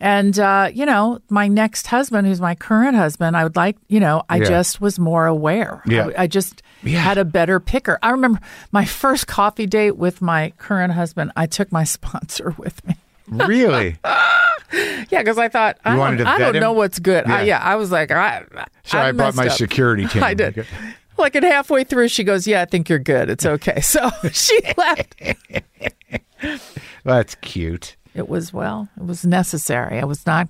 and, uh, you know, my next husband, who's my current husband, I would like, you know, I Yeah. just was more aware. Yeah. I, I just Yeah. had a better picker. I remember my first coffee date with my current husband, I took my sponsor with me. really? Yeah, because I thought I wanted don't, to I vet don't him? know what's good. I, Yeah. yeah, I was like, I. So I brought messed my up. security team. I did. Like at halfway through, she goes, "Yeah, I think you're good. It's okay." So she left. That's cute. It was well. It was necessary. I was not,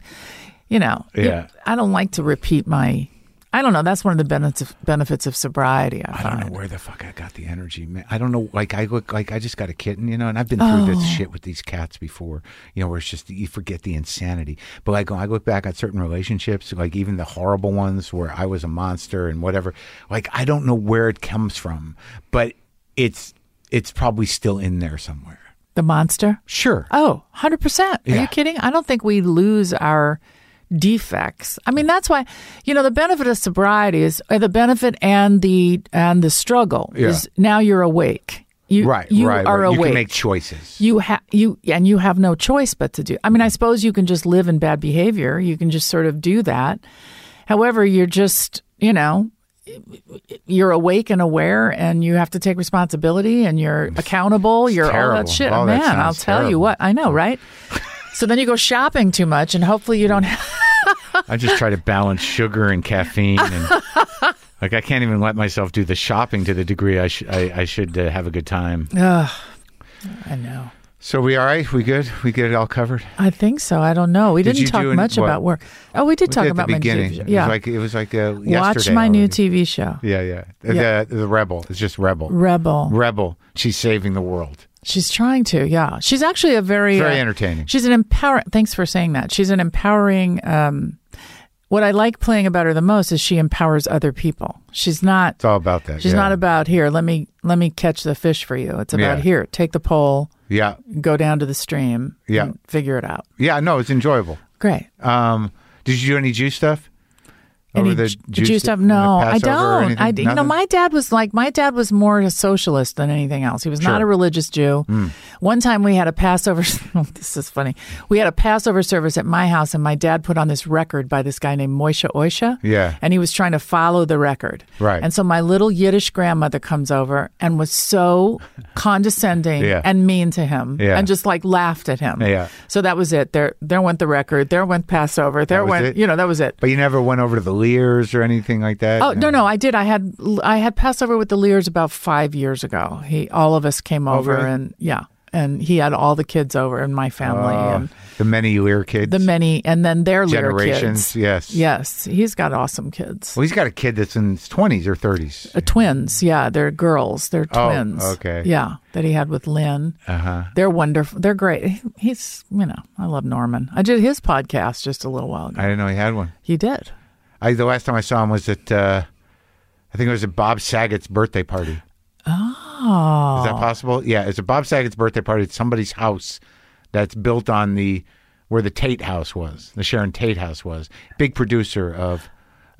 you know. you- Yeah. I don't like to repeat my. I don't know. That's one of the benefits of, benefits of sobriety. I, I find. don't know where the fuck I got the energy, man. I don't know. Like I look like I just got a kitten, you know, and I've been through this shit with these cats before, you know, where it's just you forget the insanity. But like when I look back at certain relationships, like even the horrible ones where I was a monster and whatever. Like I don't know where it comes from, but it's it's probably still in there somewhere. The monster. Sure. Oh, 100%. Are Yeah. you kidding? I don't think we lose our defects. I mean, that's why you know the benefit of sobriety is uh, the benefit and the and the struggle Yeah. is now you're awake. You right. you right. are right. awake. You can make choices. you have you and you have no choice but to do. I mean, I suppose you can just live in bad behavior. You can just sort of do that. However, you're just, you know, you're awake and aware and you have to take responsibility and you're accountable. You're all terrible. that shit. Oh, that Man, I'll sounds tell you terrible. what. I know, right? so then you go shopping too much and hopefully you don't have I just try to balance sugar and caffeine, and like I can't even let myself do the shopping to the degree I, sh- I, I should uh, have a good time. I know. So we all right? We good? We get it all covered? I think so. I don't know. We Did didn't you talk do an- much what? about work. Oh, we did We talk did at about the my beginning. TV show. It Yeah. was like it was like uh, Watch yesterday my new already. TV show. Yeah, yeah. Uh, Yeah. The, the rebel. It's just rebel. Rebel. rebel. She's saving the world. She's trying to, yeah. She's actually a very uh, Very entertaining. She's an empowering. Thanks for saying that. She's an empowering. Um, what I like playing about her the most is she empowers other people. She's not. It's all about that. She's yeah. not about here. Let me let me catch the fish for you. It's about Yeah. here. Take the pole. Yeah, Go down to the stream. Yeah. and figure it out. yeah. No, it's enjoyable. Great. Um, did you do any Jew stuff? Over Any the ju- Jew juiced up? No, I Passover or don't. I anything? d- you know Nothing? my dad was like my dad was more a socialist than anything else. He was not Sure. Hmm. a religious Jew. One time we had a Passover. Oh, this is funny. We had a Passover service at my house, and my dad put on this record by this guy named Moishe Oisha. Yeah. and he was trying to follow the record. Right. And so my little Yiddish grandmother comes over and was so condescending Yeah. and mean to him, Yeah. and just like laughed at him. Yeah. So that was it. There, there went the record. There went Passover. There was went. it? You know, that was it. But you never went over to the Lears or anything like that. Oh no, no, I did. I had I had Passover with the Lears about five years ago. He, all of us came over, Oh, really? and yeah, and he had all the kids over and my family and Oh, the many Lear kids. the many, and then their generations. Little kids. Yes. Yes, he's got awesome kids. Well, he's got a kid that's in his twenties or thirties. Uh, twins, yeah, they're girls. They're Oh, twins. okay. Yeah, that he had with Lynn. Uh-huh. They're wonderful. They're great. He- He's, you know, I love Norman. I did his podcast just a little while ago. I didn't know he had one. he did. I the last time I saw him was at uh, I think it was at Bob Saget's birthday party. Oh, is that possible? Yeah, it's at Bob Saget's birthday party at somebody's house that's built on the where the Tate house was, the Sharon Tate house was. Big producer of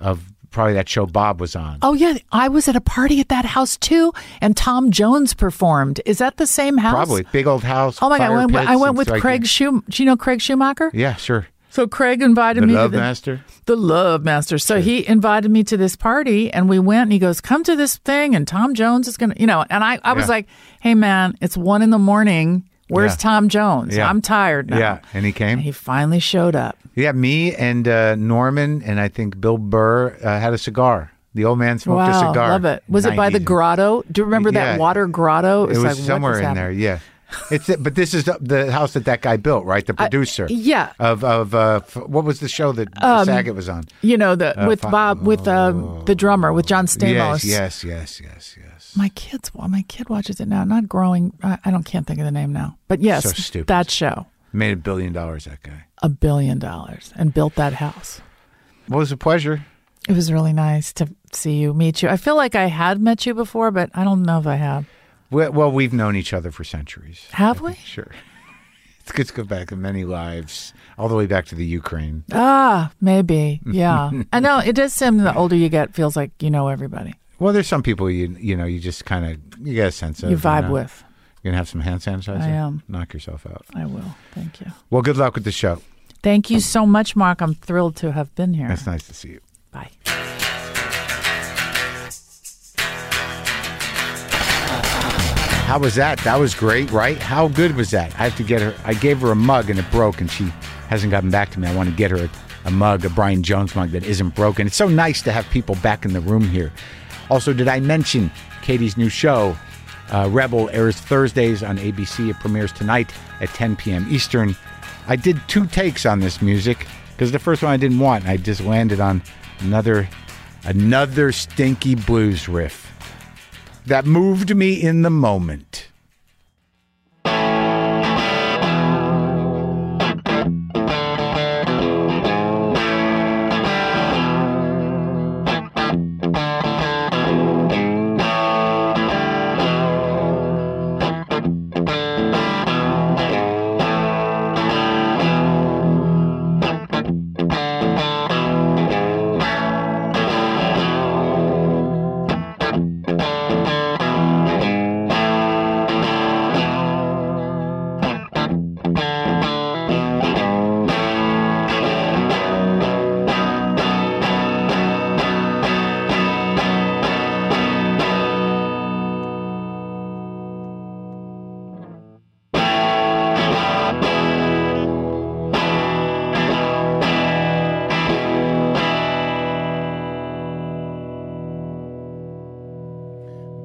of probably that show Bob was on. Oh yeah, I was at a party at that house too, and Tom Jones performed. Is that the same house? Probably big old house. Oh my god, fire I went, pits, I went it's with like- Craig Schum. Do you know Craig Schumacher? Yeah, sure. So Craig invited The me Love to the, Master. the Love Master. So he invited me to this party, and we went. And he goes, "Come to this thing," and Tom Jones is gonna, you know. And I, I was Yeah. like, "Hey man, it's one in the morning. Where's Yeah. Tom Jones? Yeah. I'm tired now." Yeah, and he came. And he finally showed up. Yeah, me and uh, Norman and I think Bill Burr uh, had a cigar. The old man smoked a wow, cigar. love it. Was it by the 90s. grotto? Do you remember Yeah. that water grotto? It was like, what is somewhere in happening? there. Yeah, it's but this is the, the house that that guy built, right? The producer. yeah. Um, Of of uh, f- what was the show that Saget was on? You know the with Bob with uh, the drummer with John Yes, Stamos. yes, yes, yes, yes. My kids, well, my kid watches it now. Not growing. I, I don't can't think of the name now. But yes, So stupid. that show, Made a billion dollars. That guy. a billion dollars, and built that house. Well, it was a pleasure. It was really nice to see you, meet you. I feel like I had met you before, but I don't know if I have. We, well, we've known each other for centuries. Have we? Sure. It's good to go back to many lives, all the way back to the Ukraine. Ah, maybe. Yeah. I know it does seem the older you get, feels like you know everybody. Well, there's some people you you know you just kind of you get a sense of You vibe know. with. You're gonna have some hand sanitizer. I am. Knock yourself out. I will. Thank you. Well, good luck with the show. Thank you so much, Mark. I'm thrilled to have been here. That's nice to see you. Bye. How was that? That was great, right? How good was that? I have to get her. I gave her a mug and it broke, and she hasn't gotten back to me. I want to get her a, a mug, a Brian Jones mug that isn't broken. It's so nice to have people back in the room here. Also, did I mention Katie's new show, uh, Rebel, airs Thursdays on ABC. It premieres tonight at 10 p.m. Eastern. I did two takes on this music because the first one I didn't want. and I just landed on another, another stinky blues riff that moved me in the moment.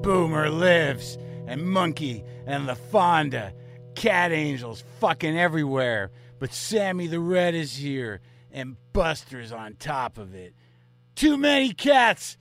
Boomer lives, and Monkey and La Fonda, Cat Angels fucking everywhere. But Sammy the Red is here, and Buster's on top of it. Too many cats!